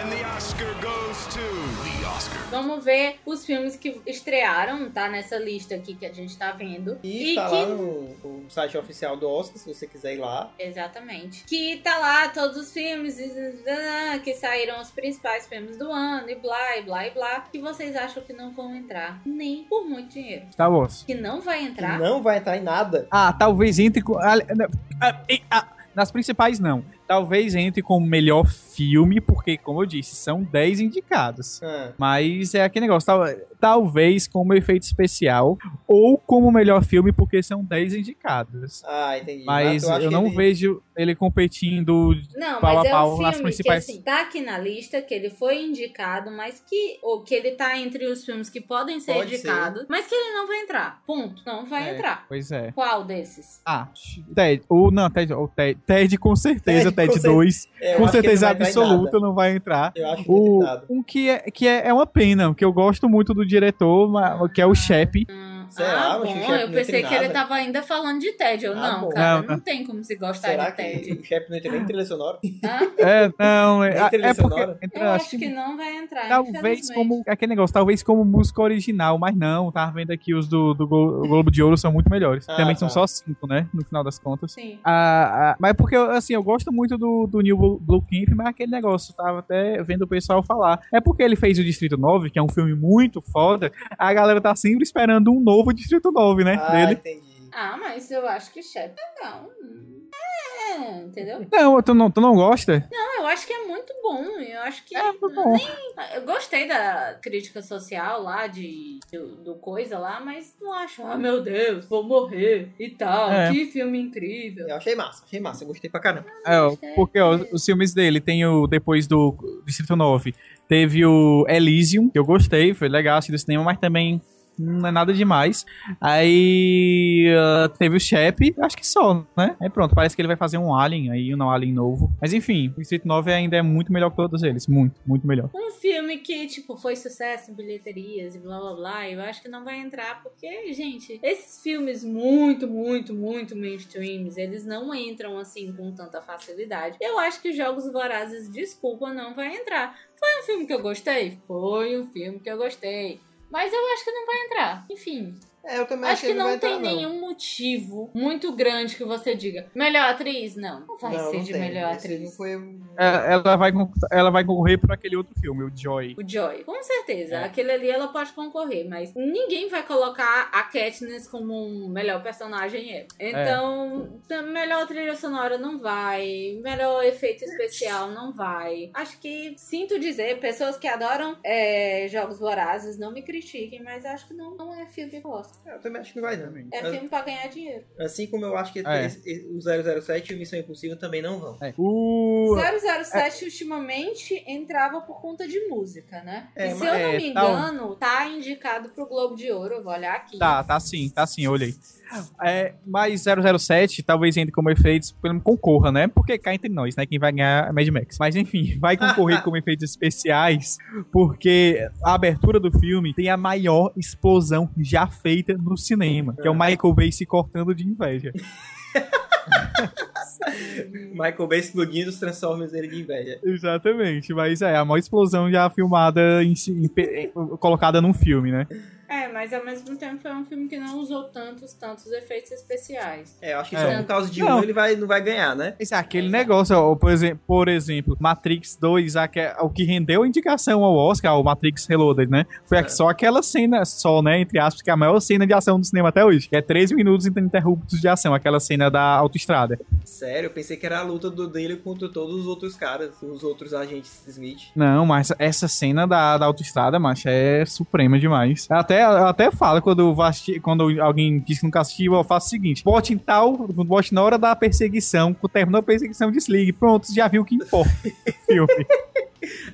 E: And the Oscar goes to the Oscar.
A: Vamos ver os filmes que estrearam, tá? Nessa lista aqui que a gente tá vendo.
B: E, tá lá no, no site oficial do Oscar, se você quiser ir lá.
A: Exatamente. Que tá lá todos os filmes e- e- e- que saíram os principais filmes do ano e blá e blá e blá. Que vocês acham que não vão entrar nem por muito dinheiro.
D: Star Wars.
A: Que não vai
B: que
A: entrar.
B: Não vai entrar em nada.
D: Ah, talvez entre com. ah, na- ah, e- ah, nas principais, não. Talvez entre como melhor filme, porque, como eu disse, são 10 indicados.
B: Ah,
D: Mas é aquele negócio, tal- talvez como efeito especial ou como melhor filme, porque são 10 indicados.
B: ah, entendi.
D: Mas
B: acho
D: eu
B: que
D: não
B: ele-
D: vejo ele competindo.
A: Não,
D: pau
A: mas
D: a
A: é
D: pau
A: um filme
D: nas
A: que
D: principais.
A: assim, tá aqui na lista, que ele foi indicado, mas que. Ou que ele tá entre os filmes que podem ser
B: Pode
A: indicados, mas que ele não vai entrar. Ponto. Não vai
B: É.
A: entrar.
D: Pois é.
A: Qual desses?
D: Ah, Ted. Ou não, Ted, ou Ted, Ted com certeza,
B: Ted, com
D: Ted, 2.
B: É, eu
D: com
B: acho que ele
D: certeza
B: não vai entrar em
D: absoluta
B: nada.
D: não vai entrar.
B: Eu acho que não
D: O,
B: tem nada.
D: um que, é, que é, é uma pena, porque eu gosto muito do diretor, ma- que é o Shep.
B: Será?
A: ah,
B: Mas o
A: bom,
B: chefe
A: eu
B: não
A: pensei
B: tem
A: que ele
B: nada.
A: tava ainda falando de Ted. Eu
B: Ah,
A: não,
B: bom.
A: cara,
D: Não,
A: não tem como se gostar
B: Será
A: de
B: que
A: Ted.
B: o chefe não entra nem em trilha sonora?
A: Hã?
D: É, não, é,
B: Nem trilha
D: é porque.
B: sonora?
D: entra-
A: Eu acho que não vai entrar.
D: Talvez
A: infelizmente.
D: como. Aquele negócio, talvez como música original, mas não, tá vendo aqui os do, do Glo- Globo de Ouro são muito melhores.
B: Ah,
D: Também
B: tá.
D: são só cinco, né? No final das contas.
A: Sim.
D: Ah, ah, mas porque, assim, eu gosto muito do, do New Blue- Blue Camp, mas aquele negócio, tava até vendo o pessoal falar. É porque ele fez o Distrito 9, que é um filme muito foda, a galera tá sempre esperando um novo Distrito 9, né?
B: Ah,
D: dele.
B: entendi.
A: Ah, mas eu acho que chefe não. é, entendeu?
D: Não, tu não, tu não gosta?
A: Não, eu acho que é muito bom. Eu acho que.
D: É, foi bom.
A: Ah, Eu gostei da crítica social lá, de, do, do coisa lá, mas não acho. Ah, meu Deus, vou morrer e tal.
D: É.
A: Que filme incrível.
B: Eu achei massa, achei massa, eu gostei pra caramba.
D: É, ó, porque ó, os filmes dele tem o depois do Distrito 9, teve o Elysium, que eu gostei, foi legal assim do cinema, mas também não é nada demais. Aí ah, teve o Shep, acho que só, né? Aí pronto, parece que ele vai fazer um Alien aí, um Alien novo. Mas enfim, o Distrito 9 ainda é muito melhor que todos eles, muito, muito melhor.
A: Um filme que, tipo, foi sucesso em bilheterias e blá blá blá, eu acho que não vai entrar, porque, gente, esses filmes muito, muito, muito mainstreams, eles não entram assim com tanta facilidade. Eu acho que Jogos Vorazes, desculpa, não vai entrar. Foi um filme que eu gostei? Foi um filme que eu gostei. Mas eu acho que não vai entrar. Enfim,
B: É, eu também
A: acho
B: achei
A: que não
B: vai
A: tem
B: entrar,
A: nenhum motivo muito grande que você diga melhor atriz. Não, não vai
B: Não,
A: ser
B: não
A: de
B: tem.
A: melhor
B: Esse
A: atriz.
B: Foi...
D: É, Ela vai, con- ela vai concorrer para aquele outro filme, o Joy.
A: O Joy. Com certeza.
B: É.
A: Aquele ali ela pode concorrer, mas ninguém vai colocar a Katniss como um melhor personagem é. Então, tam- melhor trilha sonora não vai, melhor efeito especial não vai. Acho que sinto dizer, pessoas que adoram é, jogos vorazes não me critiquem, mas acho que não, não é filme que gosta.
B: É, Eu também acho que não vai não.
A: É filme pra ganhar dinheiro.
B: Assim como eu acho que
D: É.
B: esse- esse- o 007 e o Missão Impossível também não vão.
D: É. O... é.
A: 007 ultimamente entrava por conta de música, né?
B: É,
A: e se
B: mas-
A: eu não
D: é,
A: me
D: tá um-
A: engano, tá indicado pro Globo de Ouro. Eu vou olhar aqui.
D: Tá, tá sim, tá sim, eu olhei. É, mas 007, talvez entre como efeitos, pelo menos concorra, né? Porque cá entre nós, né? Quem vai ganhar é Mad Max. Mas enfim, vai concorrer como efeitos especiais, porque a abertura do filme tem a maior explosão já feita no cinema, que é o Michael Bay se cortando de inveja.
A: Hum.
B: Michael Bay explodindo os Transformers dele de inveja.
D: Exatamente, mas é a maior explosão já filmada, em, si- em pe- em- colocada num filme, né?
A: É, mas ao mesmo tempo foi um filme que não usou tantos, tantos efeitos especiais.
B: É, eu acho que
D: É.
B: só por causa de
D: Não.
B: um ele vai, não vai ganhar, né?
D: Esse é aquele negócio, ó, por, exemplo, por exemplo, Matrix 2, aque- o que rendeu a indicação ao Oscar, o Matrix Reloaded, né? Foi a- só aquela cena, só, né, entre aspas, que é a maior cena de ação do cinema até hoje. que É 13 minutos ininterruptos de ação, aquela cena da autoestrada.
B: Sério, eu pensei que era a luta do dele contra todos os outros caras, os outros agentes Smith.
D: Não, mas essa cena da, da autoestrada, macho, é suprema demais. Eu Até, eu até falo quando, eu vou assistir- quando alguém diz que nunca assistiu, eu faço o seguinte, bote em tal, bote na hora da perseguição, quando terminou a perseguição, desligue. Pronto, já viu o que importa. Filme.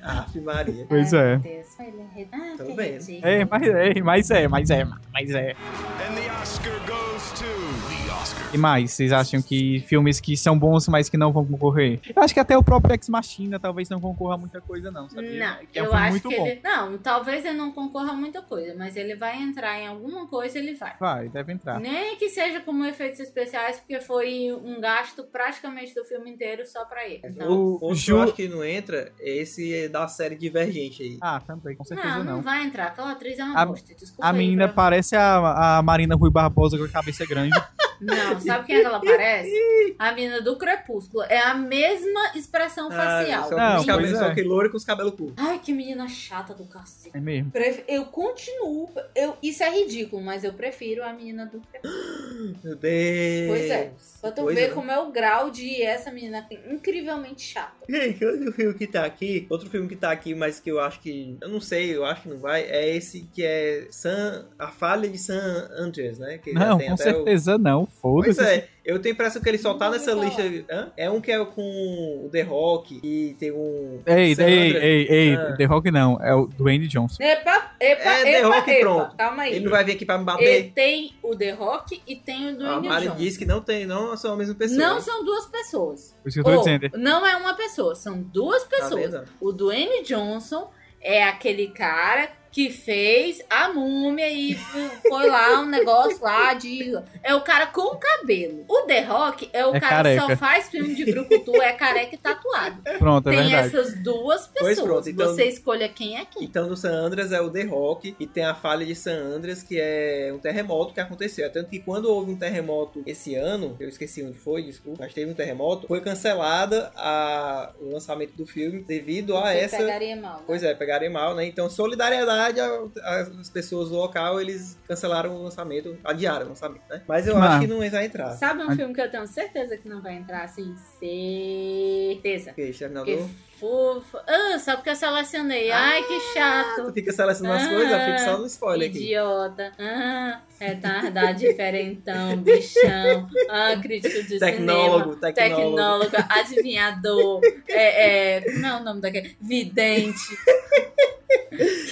D: Ah.
B: Aff, Maria.
D: Pois
A: Ai,
D: é.
A: meu Deus. Ai, ele arre- Ah,
B: Tudo
A: que
B: bem.
A: ridículo.
D: É, mas é, mas é, mas é, mas é.
E: And the Oscar goes to the Oscar.
D: E mais, vocês acham que filmes que são bons, mas que não vão concorrer? Eu acho que até o próprio Ex Machina talvez não concorra a muita coisa, não, sabia?
A: Não,
D: Que é um
A: eu
D: filme
A: acho
D: muito
A: que
D: bom.
A: ele. Não, talvez ele não concorra a muita coisa, mas ele vai entrar em alguma coisa, ele vai.
D: Vai, deve entrar.
A: Nem que seja como efeitos especiais, porque foi um gasto praticamente do filme inteiro só pra ele. Então,
B: É, O, outro que
D: Ju-
B: eu acho que não entra é esse da série Divergente aí.
D: Ah, também, com certeza
A: não,
D: não.
A: não vai entrar. Aquela atriz é uma
D: A-
A: bosta. Desculpa.
D: A
A: aí
D: menina
A: pra-
D: parece a, a Marina Rui Barbosa com a cabeça grande.
A: Não, sabe quem é que ela parece? A menina do Crepúsculo. É a mesma
B: Ah,
A: expressão facial.
B: Só,
D: Não,
B: com os cabelos,
D: pois é.
B: só que loiro com os cabelos curtos.
A: Ai, que menina chata do cacete.
D: é mesmo.
A: Pref- Eu continuo. Eu... Isso é ridículo, mas eu prefiro a menina do Crepúsculo.
B: Meu Deus.
A: Pois é. Pra tu
B: Pois
A: ver
B: é.
A: como é o grau de essa menina incrivelmente chata.
B: Gente, outro filme que tá aqui, outro filme que tá aqui, mas que eu acho que, eu não sei, eu acho que não vai, é esse que é San, a falha de San Andreas, né? Que já
D: Não,
A: assim,
B: tem
D: com
B: até o-
D: certeza não.
B: Pois
D: Foda-se.
B: é, eu tenho a impressão que ele só tá
A: Não
B: nessa
A: ouvi
B: lista. Hã? É um que é com o The Rock e tem um.
D: Ei,
B: San
D: ei,
B: Andreas.
D: ei, ei,
B: Ah.
D: The Rock não, é o Dwayne Johnson.
A: Epa, epa,
B: É, The
A: epa,
B: Rock,
A: epa.
B: pronto.
A: Calma aí.
B: Ele não vai Ah, vir aqui pra me
A: Ele
B: bater.
A: tem o The Rock e tem o
B: A
A: Dwayne
B: Mari
A: Johnson.
B: disse que não tem, não são a mesma pessoa.
A: é Não são duas pessoas.
D: Por isso que eu
A: Ou,
D: tô dizendo.
A: não é uma pessoa, são duas pessoas.
B: Tá vendo?
A: o Dwayne Johnson é aquele cara que fez a múmia e f- foi lá um negócio lá de. É o cara com cabelo. O The Rock é o
D: É
A: cara que só
D: careca.
A: faz filme de brucutu, é careca e tatuado.
D: Pronto, é
A: Tem
D: verdade.
A: essas duas
B: Pois
A: pessoas.
B: pronto, então-
A: Você escolha quem é quem.
B: Então no San Andreas é o The Rock e tem a falha de San Andreas, que é um terremoto que aconteceu. Tanto que quando houve um terremoto esse ano, eu esqueci onde foi, desculpa, mas teve um terremoto, foi cancelada a- o lançamento do filme devido a
A: Você
B: essa.
A: pegaria mal. né?
B: Pois é, pegarem mal, né? Então, solidariedade verdade, a- a- as pessoas do local, eles cancelaram o lançamento, adiaram o lançamento, né? Mas eu
D: Ah.
B: acho que não vai entrar.
A: Sabe um filme que eu tenho certeza que não vai entrar assim? Certeza.
B: Ok,
A: Porque
B: Exterminador.
A: fofa. Ah, só porque eu selecionei. Ai, que chato.
B: Tu fica selecionando as
A: Ah,
B: coisas, fica só no spoiler aqui.
A: Idiota. Ah, retardado, diferentão, bichão. Ah, crítico de cinema.
B: Tecnólogo, tecnólogo.
A: Tecnólogo, adivinhador, é, é, como é o nome daquele? Vidente.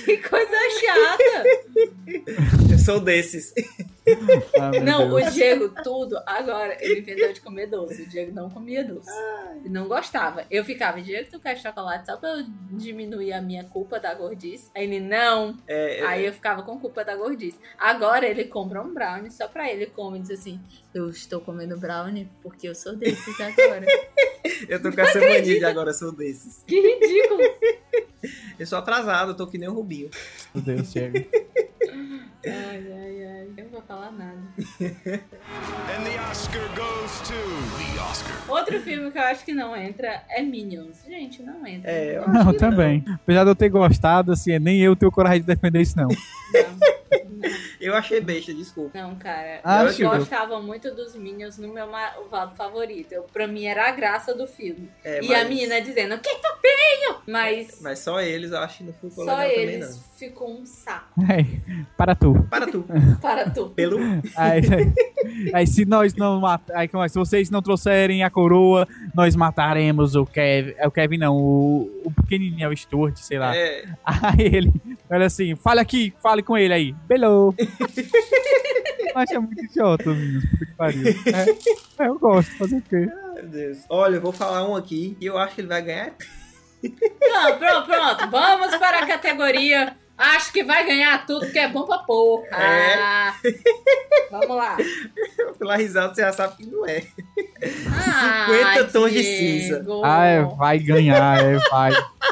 A: que coisa chata.
B: Eu sou desses.
D: Ah, meu
A: Não,
D: Deus.
A: o Diego, tudo, agora, ele inventou de comer doce. O Diego não comia doce. Ele não gostava. Eu ficava, Diego, tu quer chocolate só pra eu diminuir a minha culpa da gordice? Aí ele, não,
B: É,
A: Aí eu ficava com culpa da gordice. Agora ele compra um brownie só pra ele come e diz assim: Eu estou comendo brownie porque eu sou desses agora.
B: eu tô com essa mania de agora, eu sou desses.
A: que ridículo!
B: Eu sou atrasado, eu tô que nem o Rubinho.
D: Meu Deus, Diego.
A: Ai, ai, ai. Eu não vou falar nada.
E: And the Oscar goes to the Oscar.
A: Outro filme que eu acho que não entra é Minions. Gente, não entra.
B: É, eu acho
D: Não,
B: que
D: também. Apesar de eu ter gostado, assim, nem eu tenho coragem de defender isso, não.
A: Não,
B: Eu achei besta, desculpa.
A: não, não, cara.
D: Ah,
A: eu
D: Chico.
A: gostava muito dos Minions no meu ma- vaso favorito. Eu, pra mim era a graça do filme.
B: É,
A: e
B: mas, É,
A: a menina dizendo: O que que eu tenho? Mas.
B: Mas só eles, eu acho que não ficou
A: Só
B: legal também,
A: eles
B: não.
A: ficou um saco
D: Ai, É, para tu.
B: Para tu,
A: para tu.
B: pelo...
D: Aí, aí- aí se nós não matar, aí, como é? se vocês não trouxerem a coroa, nós mataremos o Kevin. é, O Kevin não, o, o pequenininho, é o Stuart, sei lá.
B: É,
D: Aí ele, olha assim, fala aqui, fale com ele aí. Belou. Mas é muito idiota, meninos. Puta que pariu. É, é, eu gosto, fazer o quê?
B: meu Deus. Olha, eu vou falar um aqui e eu acho que ele vai ganhar
A: Não, pronto, pronto. Vamos para a categoria. Acho que vai ganhar tudo que é bom pra porra.
B: É.
A: Ah, Vamos lá.
B: pela risada, você já sabe que não é.
A: Ah,
B: 50 tons de
A: Diego.
D: Ah, é, vai ganhar, é, vai.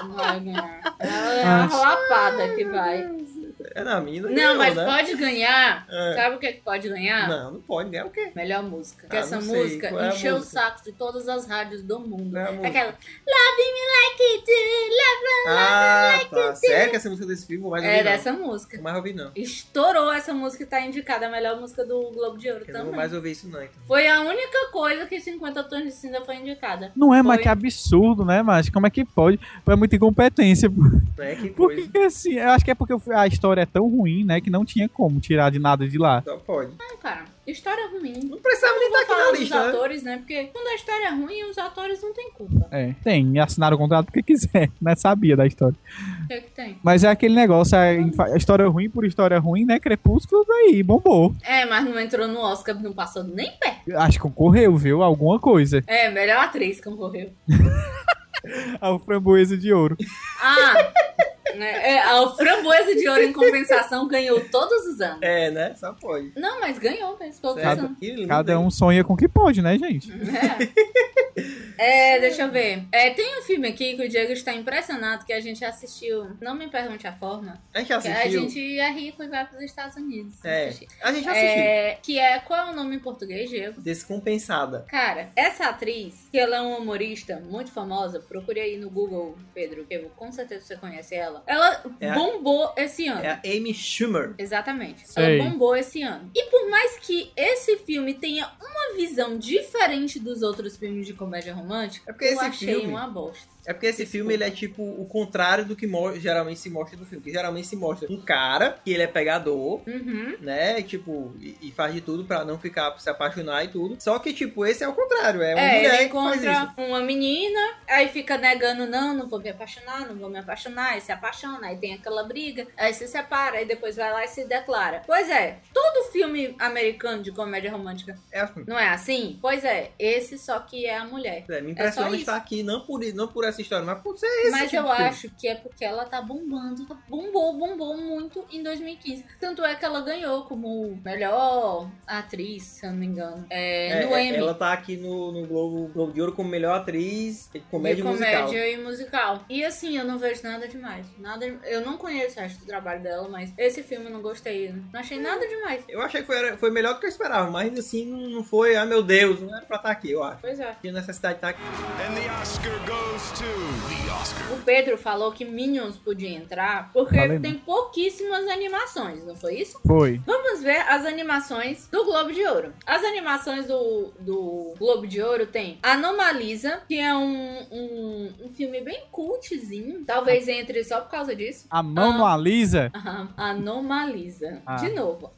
A: Vai ganhar. É a lapada que vai.
B: É na mina.
A: Não, mas
B: né?
A: pode ganhar.
B: É.
A: Sabe o que, é que pode ganhar?
B: Não, não pode, né? O quê?
A: Melhor música. Porque
B: Ah,
A: essa
B: não sei.
A: música
B: Qual é a
A: encheu o
B: música?
A: saco de todas as rádios do mundo.
B: Qual é a música?
A: Aquela. Love me like it
B: Ah, tá. Sério que essa música desse filme? Mas
A: do.
B: eu
A: É
B: vi, não.
A: dessa música.
B: Mas eu vi, não.
A: Estourou essa música e tá indicada a melhor música do Globo de Ouro
B: Eu não
A: também.
B: vou mais ouvir isso, não, então.
A: Foi a única coisa que 50 tons de cinza foi indicada.
D: Não é, mas
A: Foi.
D: que absurdo, né, mas como é que pode? É muita incompetência.
B: É, que coisa.
D: Porque assim, eu acho que é porque a história é tão ruim, né, que não tinha como tirar de nada de lá.
B: Só pode.
A: Não, Ah, cara, história ruim.
B: Não precisava nem estar
A: Vou
B: aqui na
A: falar dos
B: lista, né?
A: atores, né? Porque quando a história é ruim, os atores não têm culpa.
D: É, tem, e assinaram o contrato porque quiser, né, sabia da história.
A: O que é que tem?
D: Mas é aquele negócio, a a história ruim por história ruim, né, Crepúsculo daí, bombou.
A: É, mas não entrou no Oscar, não passou nem pé.
D: Acho que concorreu, viu, alguma coisa.
A: É, melhor atriz concorreu.
D: Ao framboesa de ouro.
A: Ah! né, é, a Framboesa de Ouro, em compensação, ganhou todos os anos.
B: É, né? Só pode.
A: Não, mas ganhou mesmo, todos os
B: Certo?
A: anos.
B: Que lindo,
D: Cada
B: hein?
D: um sonha com o que pode, né, gente?
A: É, deixa eu ver. É, tem um filme aqui que o Diego está impressionado que a gente assistiu. Não me pergunte a forma.
B: A gente
A: que
B: assistiu.
A: a gente é rico e vai para os Estados Unidos.
B: É.
A: assistir.
B: A gente assistiu.
A: É, que é. Qual é o nome em português, Diego?
B: Descompensada.
A: Cara, essa atriz, que ela é uma humorista muito famosa, procure aí no Google, Pedro, que eu- com certeza você conhece ela. Ela
B: É a-
A: bombou esse ano.
B: É a Amy Schumer.
A: Exatamente.
D: Sei.
A: Ela bombou esse ano. E por mais que esse filme tenha uma visão diferente dos outros filmes de comédia romântica,
B: É porque
A: eu
B: esse
A: achei
B: filme-
A: uma bosta.
B: É porque esse filme ele é tipo o contrário do que mo- geralmente se mostra no filme. Que geralmente se mostra um cara que ele é pegador,
A: Uhum.
B: né? Tipo, e, e faz de tudo pra não ficar se apaixonar e tudo. Só que, tipo, esse é o contrário. É uma
A: É,
B: mulher
A: ele
B: que faz isso.
A: encontra uma menina, aí fica negando, não, não vou me apaixonar, não vou me apaixonar, aí se apaixona, aí tem aquela briga, aí se separa, aí depois vai lá e se declara. Pois é, todo filme americano de comédia romântica
B: É assim.
A: não é assim? Pois é, esse só que é a mulher.
B: É, me impressiona
A: isso.
B: estar aqui, não por, não por essa história, mas por ser esse
A: Mas
B: tipo
A: eu
B: de filme.
A: acho que é porque ela tá bombando. Bombou, bombou muito em 2015. Tanto é que ela ganhou como melhor atriz, se eu não me engano. É,
B: É,
A: no
B: é,
A: Emmy.
B: Ela tá aqui no, no Globo, Globo de Ouro como melhor atriz de comédia,
A: de comédia
B: musical.
A: e musical. E assim, eu não vejo nada demais. Nada, eu não conheço o resto do trabalho dela, mas esse filme eu não gostei. Não achei nada demais.
B: Eu achei que foi, era- foi melhor do que eu esperava, mas ainda assim não, não foi, ah meu Deus, não era pra estar aqui, eu acho.
A: Pois é.
B: Tinha necessidade de estar aqui.
E: And the Oscar goes to to the Oscar.
A: O Pedro falou que Minions podia entrar porque
D: Falei, né?
A: tem pouquíssimas animações, não foi isso?
D: Foi.
A: Vamos ver as animações do Globo de Ouro. As animações do, do Globo de Ouro tem Anomalisa, que é um, um, um filme bem cultzinho. Talvez entre só por causa disso.
D: A mão no Alisa.
A: Aham, Anomaliza.
D: Ah.
A: De novo,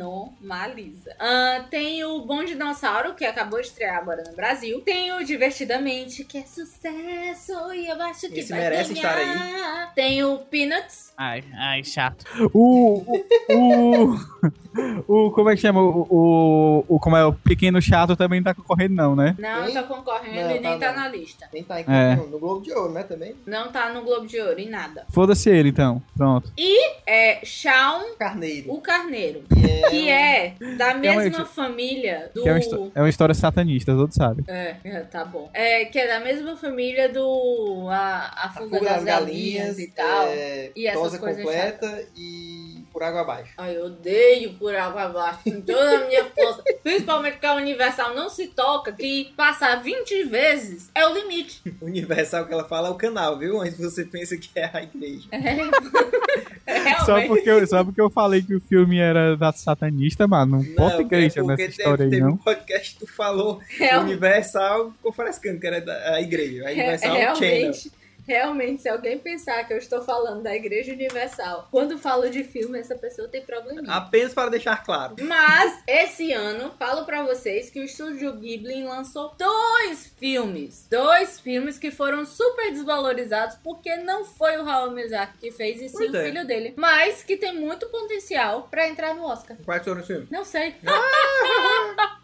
A: anomaliza. Ah, tem o Bom Dinossauro, que acabou de estrear agora no Brasil. Tem o Divertidamente, que é sucesso e eu acho que
B: Esse
A: vai
B: merece estar aí.
A: ganhar. Tem o Peanuts.
D: Ai, ai, chato. O. O. o, o como é que chama? O, o, o- Como é? O pequeno chato também não tá concorrendo, não, né?
A: Não,
B: Tem?
A: tá concorrendo
B: Não,
A: e nem
B: tá
A: tá
B: não.
A: na lista.
B: Nem tá aqui
D: É.
B: no, no Globo de Ouro, né? Também.
A: Não tá no Globo de Ouro, em nada.
D: Foda-se ele, então. Pronto.
A: É Shaun
B: Carneiro.
A: o Carneiro.
B: É
A: Que é da
D: uma
A: mesma
D: histó-
A: família do.
D: Que é, uma histó- é uma história satanista, todos sabem.
A: É, é, tá bom. É, que é da mesma família do. A, a
B: a
A: fuga das galinhas, e tal.
B: É,
A: E essas
B: tosa
A: coisas
B: completa e por água abaixo.
A: Ai, eu odeio por água abaixo, com toda a minha força. Principalmente que a Universal não se toca, que passar 20 vezes é o limite.
B: Universal que ela fala é o canal, viu? Mas você pensa que é a igreja.
D: Só
A: É, Realmente.
D: porque, eu, só porque eu falei que o filme era da satanista, mano. Não bota
B: é
D: igreja nessa história
B: teve,
D: aí,
B: teve
D: não.
B: um podcast que tu falou
A: Realmente.
B: Universal ficou frescando que era da, a igreja. A Universal
A: É
B: um
A: É,
B: Channel.
A: realmente, realmente, se alguém pensar que eu estou falando da Igreja Universal, quando falo de filme, essa pessoa tem probleminha.
B: Apenas para deixar claro.
A: Mas esse ano, falo pra vocês que o estúdio Ghibli lançou dois filmes. Dois filmes que foram super desvalorizados porque não foi o Hayao Miyazaki que fez e sim
B: Pois
A: o
B: é.
A: filho dele, mas que tem muito potencial pra entrar no Oscar.
B: Quais foram os filmes?
A: Não sei.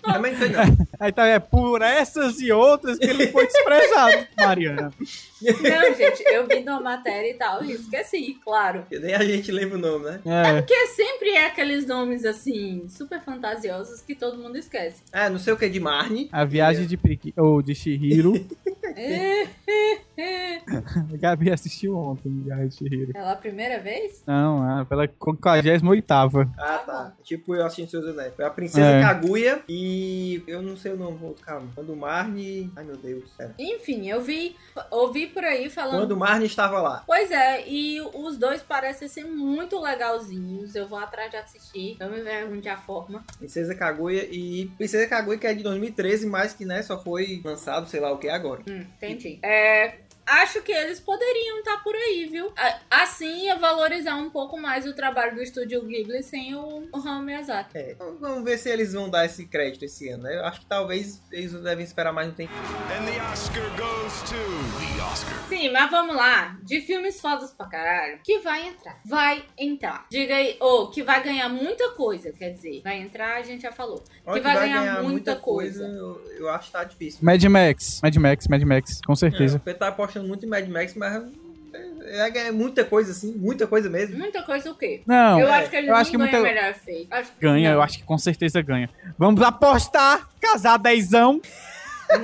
B: Também não sei não.
D: Então é por essas e outras que ele foi desprezado, Mariana.
A: Não, gente, eu vi numa matéria e tal e esqueci, claro.
B: Nem a gente lembra o nome, né?
D: É.
A: Porque sempre é aqueles nomes assim, super fantasiosos que todo mundo esquece.
B: Ah, não sei o que de Marne.
D: A viagem de Priqui, ou de Shihiro.
A: É, é, é.
D: A Gabi assistiu ontem, Viagem de Shihiro.
A: Ela a primeira vez?
D: Não, ah, pela 48
B: Ah, tá. Tipo eu assistindo Seus Anéis. Foi a Princesa
D: É.
B: Kaguya e... Eu não sei o nome, vou- calma. Quando Marne... Ai, meu Deus. Pera.
A: Enfim, eu vi, ouvi por aí falando
B: Quando Marne estava lá.
A: Pois é, e os dois parecem ser muito legalzinhos. Eu vou atrás de assistir, não me pergunte é a forma.
B: Princesa Kaguya e... Princesa Kaguya que é de 2013, mas que, né, só foi lançado, sei lá o que, agora.
A: Hum, entendi. É. Acho que eles poderiam estar por aí, viu? A- Assim ia valorizar um pouco mais o trabalho do estúdio Ghibli sem o, o Hayao Miyazaki.
B: É, então vamos ver se eles vão dar esse crédito esse ano, né? Eu acho que talvez eles devem esperar mais um tempo.
E: And the Oscar goes to the Oscar.
A: Sim, mas vamos lá. De filmes fodas pra caralho, que vai entrar. Vai entrar. Diga aí, ou que vai ganhar muita coisa, quer dizer. Vai entrar, a gente já falou.
B: Olha
A: vai ganhar muita
B: Eu, eu acho que tá difícil.
D: Mad Max, Mad Max, Mad Max, com certeza.
B: Porque tá apostando muito em Mad Max, mas... É, é- é muita coisa, assim. Muita coisa mesmo.
A: Muita coisa o quê?
D: Não, é,
A: eu acho que eles
D: eu acho que
A: não ganham
D: muita-
A: melhor efeito. Acho que
D: ganha,
A: não.
D: eu acho que com certeza ganha. Vamos apostar, casar dezão.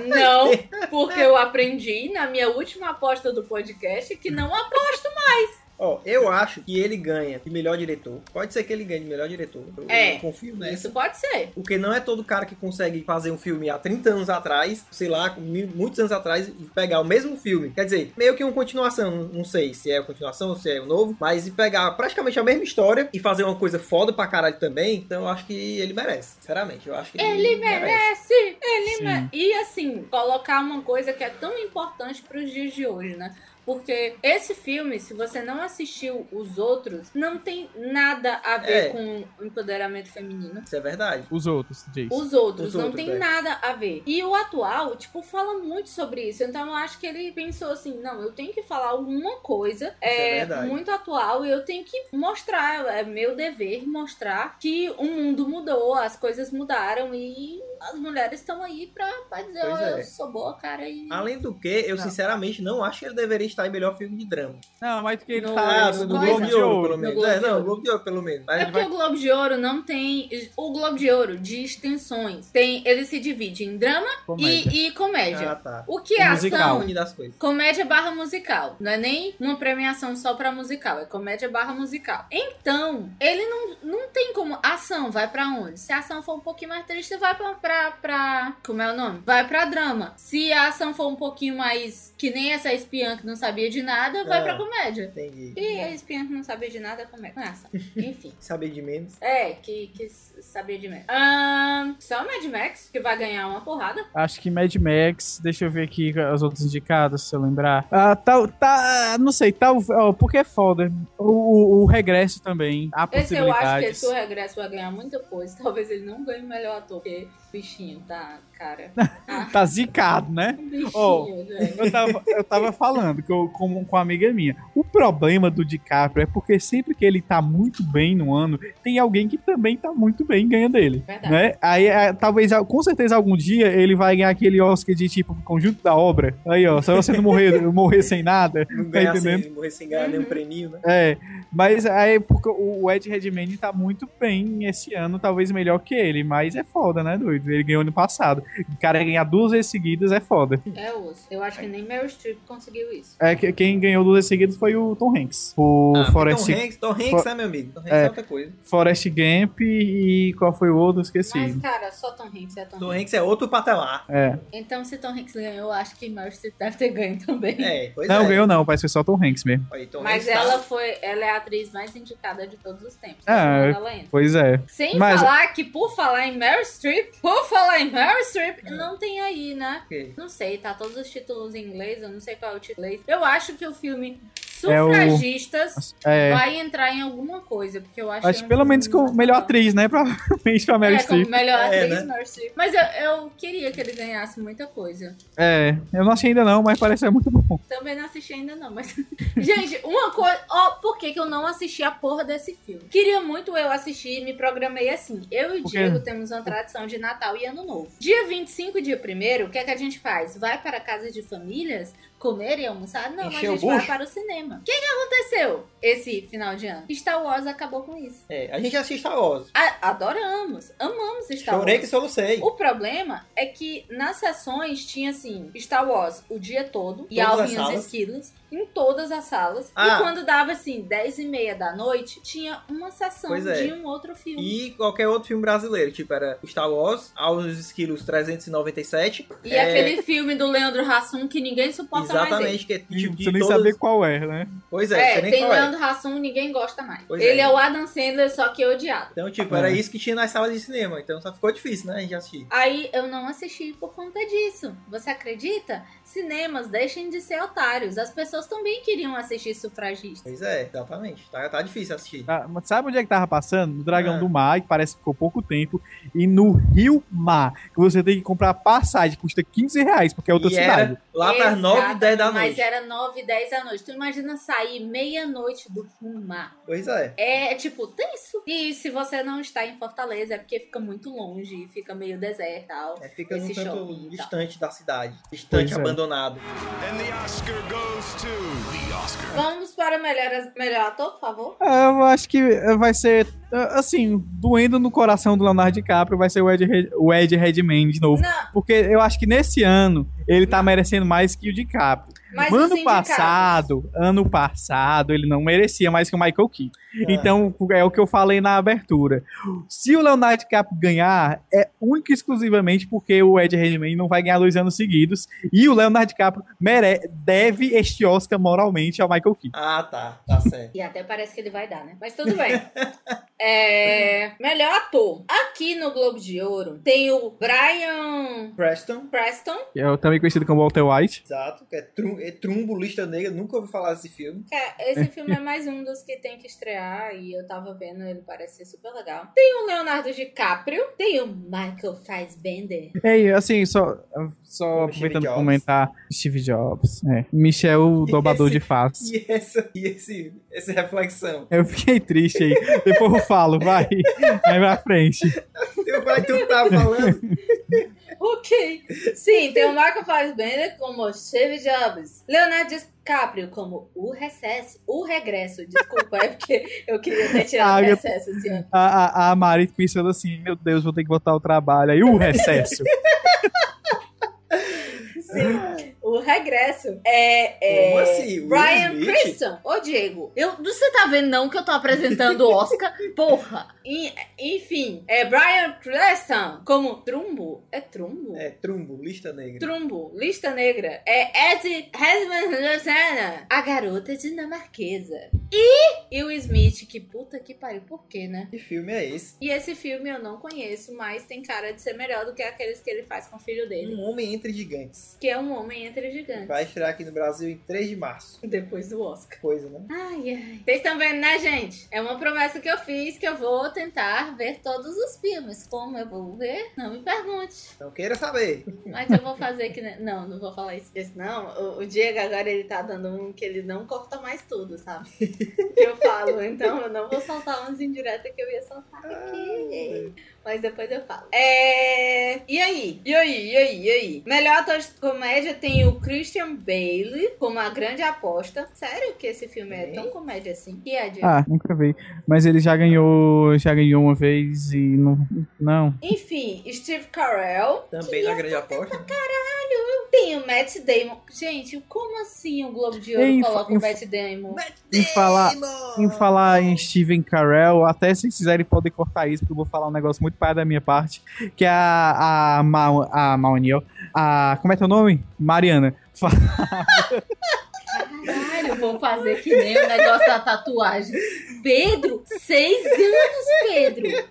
A: Não, porque eu aprendi na minha última aposta do podcast que não aposto mais.
B: Ó, eu acho que ele ganha de melhor diretor. Pode ser que ele ganhe de melhor diretor. Eu,
A: É.
B: eu confio nessa.
A: Isso pode ser.
B: Porque não é todo cara que consegue fazer um filme há 30 anos atrás, sei lá, com mi- muitos anos atrás, e pegar o mesmo filme. Quer dizer, meio que uma continuação, não- não sei se é uma continuação ou se é um novo, mas e pegar praticamente a mesma história e fazer uma coisa foda pra caralho também, então eu acho que ele merece, sinceramente. Eu acho que ele,
A: Ele merece, É, ele
D: Sim.
A: merece. E assim, colocar uma coisa que é tão importante para os dias de hoje, né? Porque esse filme, se você não assistiu os outros, não tem nada a ver
B: É.
A: com o empoderamento feminino.
B: Isso é verdade.
D: Os outros, Jason.
A: Os outros,
B: Os
A: não
B: outros,
A: tem
B: é.
A: nada a ver. E o atual, tipo, fala muito sobre isso. Então eu acho que ele pensou assim: não, eu tenho que falar alguma coisa
B: é
A: é,
B: verdade.
A: muito atual e eu tenho que mostrar, é meu dever mostrar que o mundo mudou, as coisas mudaram e as mulheres estão aí pra, pra dizer:
B: Pois
A: ó,
B: é. Ah,
A: eu sou boa, cara. E...
B: Além do que, eu
A: Não.
B: sinceramente não acho que ele deveria está em melhor filme de drama.
D: Não, mas que ele
A: Não,
D: tá
B: Ah,
A: Ah,
B: do
A: no
D: Globo
B: Globo de Ouro, pelo
A: No
B: menos.
A: Globo
B: É,
A: de
B: não,
A: Ouro.
B: Globo de Ouro, pelo menos. Aí
A: É
B: ele
A: porque
B: vai-
A: o Globo de Ouro não tem. O Globo de Ouro diz tensões. Tem, ele se divide em drama
D: Comédia.
A: e, e
B: Ah,
A: comédia.
B: tá.
A: O que
D: E
A: é
D: musical.
A: ação?
B: Une das coisas.
A: Comédia barra musical. Não é nem uma premiação só pra musical, é comédia barra musical. Então, ele não, não tem como. Ação, vai pra onde? Se a ação for um pouquinho mais triste, vai pra, pra, pra- Como é o nome? Vai pra drama. Se a ação for um pouquinho mais. Que nem essa espiã que não sabia de nada, vai
B: É.
A: pra comédia.
B: Entendi.
A: E a espiã que não sabia de nada, é comédia. Não é ação. Enfim.
B: Saber de menos.
A: É, que, que s- sabia de Mad Max. Ahn, só Mad Max, que vai ganhar uma porrada.
D: Acho que Mad Max, deixa eu ver aqui as outras indicadas, se eu lembrar. Ah, tal, tá, não sei, tal, ó, porque é foda. O, o- o regresso também, há
A: Esse eu acho que é
D: possibilidades.
A: esse o regresso vai ganhar muita coisa. Talvez ele não ganhe o melhor ator, porque o bichinho tá, cara. Ah,
D: Tá zicado, né?
A: um bichinho,
D: Oh.
A: velho.
D: Eu tava, eu tava falando que eu- com, com uma amiga minha. O problema do DiCaprio é porque sempre que ele tá muito bem no ano, tem alguém que também tá muito bem e ganha dele.
A: Verdade.
D: Né? Aí, é, talvez, al- com certeza, algum dia ele vai ganhar aquele Oscar de tipo conjunto da obra. Aí, ó, se você não morrer, morrer sem nada.
B: Não ganhar sem,
D: entendendo?
B: morrer sem ganhar nenhum
A: Uhum.
B: prêmio, né?
D: É, mas aí, porque o o Ed Redmayne tá muito bem esse ano, talvez melhor que ele, mas é foda, né, doido? Ele ganhou ano passado. O cara ganhar duas vezes seguidas é foda.
A: É osso. Eu acho que nem Meryl Streep conseguiu isso.
D: É, que- quem ganhou duas vezes seguidas foi o Tom Hanks. O
B: Ah,
D: Forest,
B: Tom Hanks, Tom Hanks,
D: For-
B: né, meu amigo? Tom Hanks é,
D: É.
B: outra coisa.
D: Forest Gump e qual foi o outro? Esqueci.
A: Mas, cara, só Tom Hanks é Tom,
B: Tom
A: Hanks.
B: Hanks é outro patamar.
D: É.
A: Então, se Tom Hanks ganhou, eu acho que Meryl Streep deve ter ganho também.
B: É, pois
D: Não,
B: é.
D: ganhou não, parece que foi só Tom Hanks mesmo.
B: Aí, Tom
A: Uhum. Mas
B: Hanks tá-
A: ela foi. Ela é a atriz mais indicada de todos os tempos.
D: Ah,
A: Tá
D: é.
A: ela ainda.
D: Pois é.
A: Sem
D: Mas-
A: falar que, por falar em Meryl Streep, por falar em Meryl Streep,
B: É.
A: não tem aí, né?
B: Ok.
A: Não sei, tá todos os títulos em inglês, eu não sei qual é o título em inglês. Eu acho que o filme Sufragistas
D: É,
A: vai entrar em alguma coisa, porque eu acho um
D: acho que pelo menos com melhor atriz, né? Provavelmente pra Meryl
A: É, como
D: Streep.
A: melhor
B: É,
A: atriz,
B: né?
A: Meryl Streep. Mas eu, eu queria que ele ganhasse muita coisa.
D: É, eu não achei ainda não, mas parece ser muito bom.
A: Também não assisti ainda não, mas... Gente, uma coisa... Ó, por que que eu não assisti a porra desse filme? Queria muito eu assistir e me programei assim. Eu e o
D: Por quê?
A: Diego temos uma tradição de Natal e Ano Novo. Dia 25 e dia 1 o que é que a gente faz? Vai para casa de famílias comer e almoçar? Não,
B: Encher
A: a
B: o
A: gente vai
B: bucho?
A: para o cinema. O que que aconteceu esse final de ano? Star Wars acabou com isso.
B: É, a gente assiste a Oz.
A: A- adoramos, amamos Star Wars.
B: Chorei que solucei.
A: O problema é que nas sessões tinha assim, Star Wars o dia todo, e
B: Todas as
A: Alvin e os
B: salas.
A: Esquilos, em todas as salas.
B: Ah.
A: E quando dava assim, 10 e meia da noite, tinha uma sessão
B: Pois é.
A: de um outro filme.
B: E qualquer outro filme brasileiro. Tipo, era Star Wars, Aos Esquilos 397.
A: E,
B: é,
A: aquele filme do Leandro Hassum que ninguém suporta mais. Ele.
B: Exatamente, que é tipo de
D: Você nem
B: todas-
D: saber qual é, né?
B: Pois é,
A: É,
B: você nem
A: tem
B: qual é.
A: Leandro Hassum, ninguém gosta mais.
B: Pois
A: Ele
B: é.
A: é. o Adam Sandler, só que é odiado.
B: Então, tipo, era
D: É.
B: isso que tinha nas salas de cinema. Então só ficou difícil, né, a gente assistir.
A: Aí eu não assisti por conta disso. Você acredita? Cinemas deixem de ser otários. As pessoas também queriam assistir sufragistas.
B: Pois é, exatamente. Tá, tá difícil assistir.
D: Tá, mas sabe onde é que tava passando? No Dragão
B: Ah.
D: do Mar, que parece que ficou pouco tempo, e no Rio Mar, que você tem que comprar passagem, custa 15 reais, porque é outra
B: e
D: cidade.
B: era lá para 9 e 10 da
A: Exatamente, Mas é
B: noite.
A: era 9 e 10 da noite. Tu imagina sair meia-noite do Rumar.
B: Pois é.
A: É tipo, tem isso. E se você não está em Fortaleza, é porque fica muito longe, fica meio deserto e tal.
B: É, fica num
A: Esse shopping tá.
B: canto
A: e tal.
B: distante da cidade. Distante,
D: Pois é.
B: abandonado.
E: And the Oscar goes to the Oscar.
A: Vamos para melhor, melhor ator, por favor.
D: Ah, Eu acho que eh, vai ser, ah, assim, doendo no coração do Leonardo DiCaprio, vai ser o Ed, Red- o Ed Redman de novo.
A: Não,
D: Porque eu acho que nesse ano ele tá merecendo mais que o assim, DiCaprio.
A: mas assim, os
D: ano
A: indicados.
D: passado, ano passado, ele não merecia mais que o Michael Keaton.
B: Ah,
D: Então, é o que eu falei na abertura. Se o Leonardo DiCaprio ganhar, é única e exclusivamente porque o Ed Redmayne não vai ganhar dois anos seguidos. E o Leonardo DiCaprio mere- deve este Oscar moralmente ao Michael Keaton.
B: Ah, tá. Tá certo.
A: E até parece que ele vai dar, né? Mas tudo bem. É, melhor ator. Aqui no Globo de Ouro tem o Brian
B: Preston.
A: Preston,
D: que é também conhecido como Walter White.
B: Exato, que é, trum, é Trumbulista Negra, nunca ouvi falar desse filme.
A: Cara, esse filme é mais um dos que tem que estrear e eu tava vendo, ele parece ser super legal. Tem o Leonardo DiCaprio, tem o Michael Fassbender.
D: Ei, assim, só, só
B: Como Steve
D: aproveitando pra
B: Jobs.
D: comentar Steve Jobs. É. Michel, o dobrador
B: Esse-
D: de faces.
B: E essa, e esse, essa reflexão.
D: Eu fiquei triste aí. Depois eu
B: Então,
D: falo, vai. Vai pra frente.
B: Teu pai tu tá falando.
A: O ok. Sim, tem o Michael Fassbender como Steve Jobs. Leonardo DiCaprio como o recesso. O regresso, desculpa, é porque eu queria ter tirado o
D: Ah, eu-
A: recesso assim, ó.
D: A, a, a Mari pensando assim, meu Deus, vou ter que botar o trabalho. Aí o recesso.
A: Sim, o regresso. É, é
B: Como assim? Will
A: Brian
B: Smith?
A: Criston. Ô, Diego, eu, você tá vendo não que eu tô apresentando o Oscar? Porra. E- enfim, é Brian Criston como Trumbo. É Trumbo?
B: É, trumbo, lista negra.
A: Trumbo, lista negra, é Ed Hedman a garota dinamarquesa. E Will Smith, que puta que pariu, por quê, né?
B: Que filme é esse?
A: E esse filme eu não conheço, mas tem cara de ser melhor do que aqueles que ele faz com o filho dele.
B: Um Homem Entre Gigantes.
A: Que é um homem entre gigantes.
B: Vai estrear aqui no Brasil em 3 de março.
A: Depois do Oscar.
B: Coisa, né?
A: Ai, ai. Vocês estão vendo, né, gente? É uma promessa que eu fiz que eu vou tentar ver todos os filmes. Como eu vou ver? Não me pergunte.
B: Então queira saber.
A: Mas eu vou fazer que. nem- Não, não vou falar isso. Porque senão, o, o Diego agora ele tá dando um que ele não corta mais tudo, sabe? Que eu falo. Então eu não vou soltar umas indiretas que eu ia soltar aqui. Mas depois eu falo. É. E aí? E aí? E aí? E aí? Melhor ator de comédia tem o Christian Bale como a grande aposta. Sério que esse filme é tão comédia assim? E é, Diego?
D: ah, nunca vi. Mas ele já ganhou, já ganhou uma vez e não. Não.
A: Enfim, Steve Carell.
B: Também na grande aposta.
A: Tem o Matt Damon. Gente, como assim o Globo de Ouro
D: Ei,
A: coloca o
D: inf-
A: Matt Damon?
D: Em falar,
B: Damon!
D: em falar em Steven Carell, até se quiserem podem cortar isso, porque eu vou falar um negócio muito pai da minha parte. Que é a. A. Ma, a Maoni, ó. A. Como é teu nome? Mariana.
A: Caralho, vou fazer que nem o negócio da tatuagem. Pedro, seis anos, Pedro.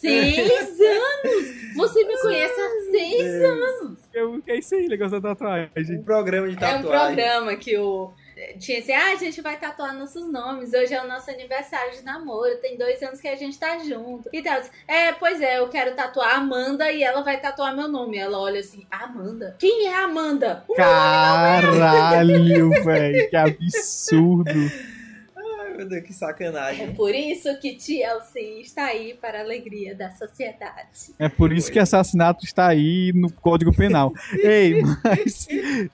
A: Seis anos. Você me conhece há seis anos.
D: Eu, é isso aí, negócio da tatuagem.
B: Um programa de
A: É um
B: tatuagem.
A: programa que o... Tinha assim, ah, a gente vai tatuar nossos nomes. Hoje é o nosso aniversário de namoro. Tem dois anos que a gente tá junto. E tal. É, pois é, eu quero tatuar a Amanda e ela vai tatuar meu nome. Ela olha assim, Amanda? Quem é a Amanda? O
D: Caralho, velho, que absurdo.
B: Ai, meu Deus, que
A: É
B: sacanagem.
A: por isso que TLC está aí para a alegria da sociedade.
D: É por isso que assassinato está aí no Código Penal. Ei, mas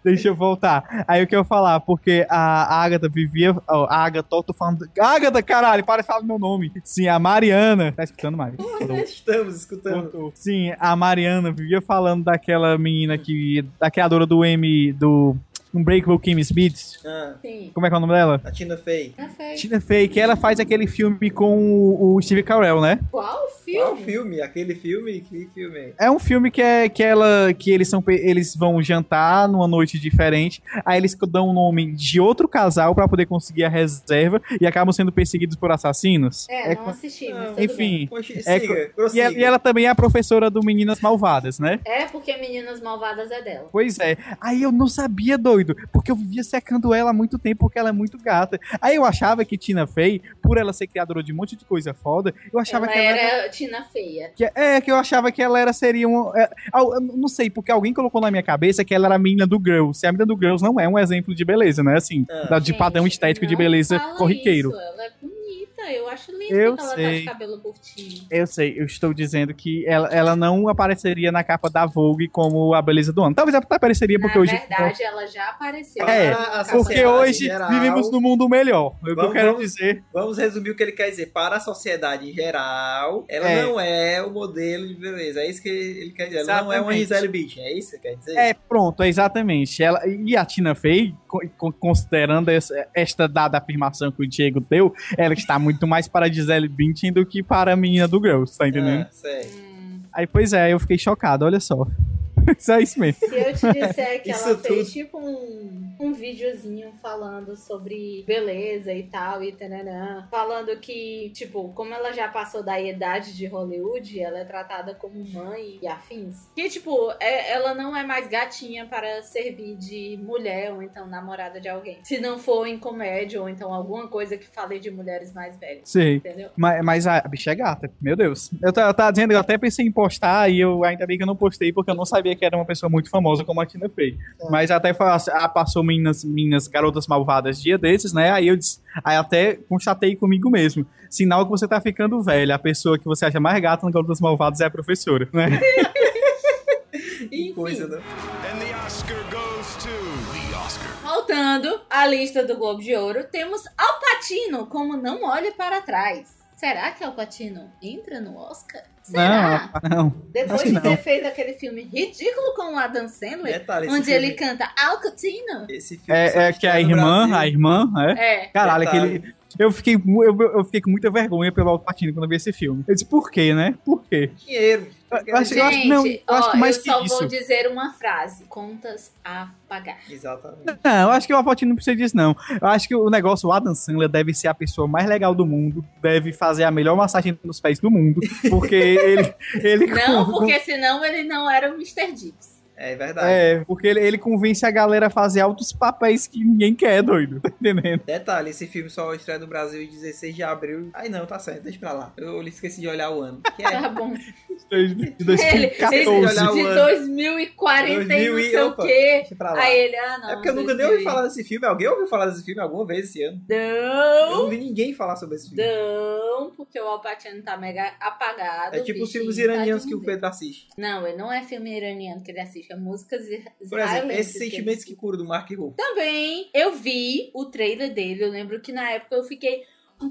D: deixa eu voltar. Aí o que eu ia falar, porque a Agatha vivia. ó, a Agatha, eu tô falando. Agatha, caralho, para de falar meu nome. Sim, a Mariana. Tá escutando, Mari? Falou.
B: Estamos escutando.
D: Sim, a Mariana vivia falando daquela menina que. da criadora do M. do Unbreakable Kim Smith.
B: Ah,
A: Sim. Ah,
D: Como é que é o nome dela?
B: a Tina Fey.
D: Tina Fey, que ela faz aquele filme com o, o Steve Carell, né?
A: Qual
B: Qual
A: filme?
B: filme? Aquele filme? Que filme?
D: É um filme que é que ela que eles são pe- eles vão jantar numa noite diferente, aí eles dão o nome de outro casal pra poder conseguir a reserva e acabam sendo perseguidos por assassinos.
A: É,
D: É
A: não
D: com-
A: assisti, mas
B: Não,
A: tudo bem.
D: Enfim,
B: Poxa,
D: É
B: siga,
D: e,
B: prossiga.
D: ela, e ela também é a professora do Meninas Malvadas, né?
A: É porque Meninas Malvadas é dela.
D: Pois é. Aí eu não sabia, doido, porque eu vivia secando ela há muito tempo, porque ela é muito gata. Aí eu achava que Tina Fey, por ela ser criadora de um monte de coisa foda, eu achava
A: Ela,
D: que ela
A: era, Tina Feia.
D: Que- é, que eu achava que ela era seria um. é, al- eu não sei, porque alguém colocou na minha cabeça que ela era a menina do Girls. E a menina do Girls não é um exemplo de beleza, né? Assim,
B: Ah.
D: da- de
A: Gente,
D: padrão estético de
A: não
D: beleza
A: fala
D: corriqueiro.
A: isso, Ela é bonita, eu acho linda
D: Eu
A: que ela tá de
D: sei.
A: cabelo curtinho.
D: Eu sei, eu estou dizendo que ela, ela não apareceria na capa da Vogue como a beleza do ano. Talvez até apareceria, porque
A: Na
D: hoje.
A: verdade, ela já apareceu.
D: É,
A: Ela- tá
B: a
D: Porque
B: Sociedade
D: hoje
B: em geral.
D: vivemos num mundo melhor. É o que eu
B: Vamos-
D: quero
B: vamos-
D: dizer.
B: Vamos resumir o que ele quer dizer. Para a sociedade em geral, ela
D: É.
B: não é o modelo de beleza. É isso que ele quer dizer. Ela não é uma
D: Exatamente.
B: Gisele Beach. É isso que quer dizer?
D: É, pronto, é exatamente. Ela, e a Tina Fey, co- co- considerando essa- esta dada afirmação que o Diego deu, ela está muito mais para Gisele Bündchen do que para a menina do Girls, tá entendendo?
B: Ah, sei.
A: Hum,
D: Aí, pois é, eu fiquei chocado, olha só. Só isso mesmo.
A: se eu te disser que ela
B: Isso
A: fez tipo um, um videozinho falando sobre beleza e tal, e tananã. Falando que, tipo, como ela já passou da idade de Hollywood, ela é tratada como mãe e afins. Que, tipo, é- ela não é mais gatinha para servir de mulher ou então namorada de alguém. Se não for em comédia ou então alguma coisa que fale de mulheres mais velhas,
D: Sei.
A: entendeu?
D: Mas, mas a bicha é gata, meu Deus. Eu ta- eu tava dizendo, eu até pensei em postar e eu ainda bem que eu não postei porque eu não sabia que era uma pessoa muito famosa como a Tina Fey.
B: É.
D: Mas até fa- ah, passou meninas, meninas garotas malvadas dia desses, né? Aí eu disse, aí até constatei comigo mesmo. Sinal que você tá ficando velha. A pessoa que você acha mais gata no Garotas Malvadas é a professora, né?
B: Que coisa, né?
E: And the Oscar goes to the Oscar.
A: Voltando à lista do Globo de Ouro, temos Al Pacino como Não Olhe Para Trás. Será que Al Pacino entra no Oscar? Será?
D: Não,
A: Depois
D: acho que
A: de ter
D: não.
A: feito aquele filme ridículo com o Adam Sandler,
B: Detalhe, esse
A: onde
B: filme-
A: ele canta Al Pacino?
B: Esse filme só
D: É, é
B: está
D: que a
B: no
D: irmã, a
B: Brasil.
D: irmã, é.
A: É.
D: Caralho,
B: Detalhe.
D: aquele. Eu fiquei, mu- eu, eu fiquei com muita vergonha pelo Al Pacino quando eu vi esse filme. Eu disse, por quê, né? Por quê?
B: Dinheiro.
D: Eu acho, eu acho, que não, eu
A: Gente,
D: acho
A: ó,
D: que mais
A: eu
D: que
A: só
D: isso.
A: vou dizer uma frase: contas a pagar.
B: Exatamente.
D: Não, eu acho que o Al Pacino não precisa disso, não. Eu acho que o negócio, o Adam Sandler deve ser a pessoa mais legal do mundo, deve fazer a melhor massagem nos pés do mundo, porque ele. ele
A: Não,
D: com-
A: porque senão ele não era o Mr. Dips.
B: É verdade.
D: É, porque ele, ele convence a galera a fazer altos papéis que ninguém quer, doido. Tá entendendo?
B: Detalhe, esse filme só estreia no Brasil em 16 de abril. Ai não, tá certo, deixa pra lá. Eu esqueci de olhar o ano. Que é
A: Tá bom.
D: De
A: Ele, ele
D: 2014.
B: olhar o
A: de
B: ano.
A: 2040 e um, não
B: 2000 e-
A: sei
B: opa.
A: o quê.
B: Deixa pra lá.
A: Aí ele, ah, não.
B: é porque eu nunca nem
A: 2000
B: ouvi falar desse filme. Alguém ouviu falar desse filme alguma vez esse ano? Eu
A: Não,
B: não vi ninguém falar sobre esse filme.
A: não, porque o Alpatino tá mega apagado.
B: É tipo os
A: bichinho
B: filmes
A: tá
B: iranianos
A: de
B: que o
A: museu.
B: Pedro assiste.
A: Não, ele não é filme iraniano que ele assiste, é músicas israelenses.
B: Por exemplo, esses
A: ele
B: sentimentos que cura do Mark Ruffalo.
A: Também eu vi o trailer dele. Eu lembro que na época eu fiquei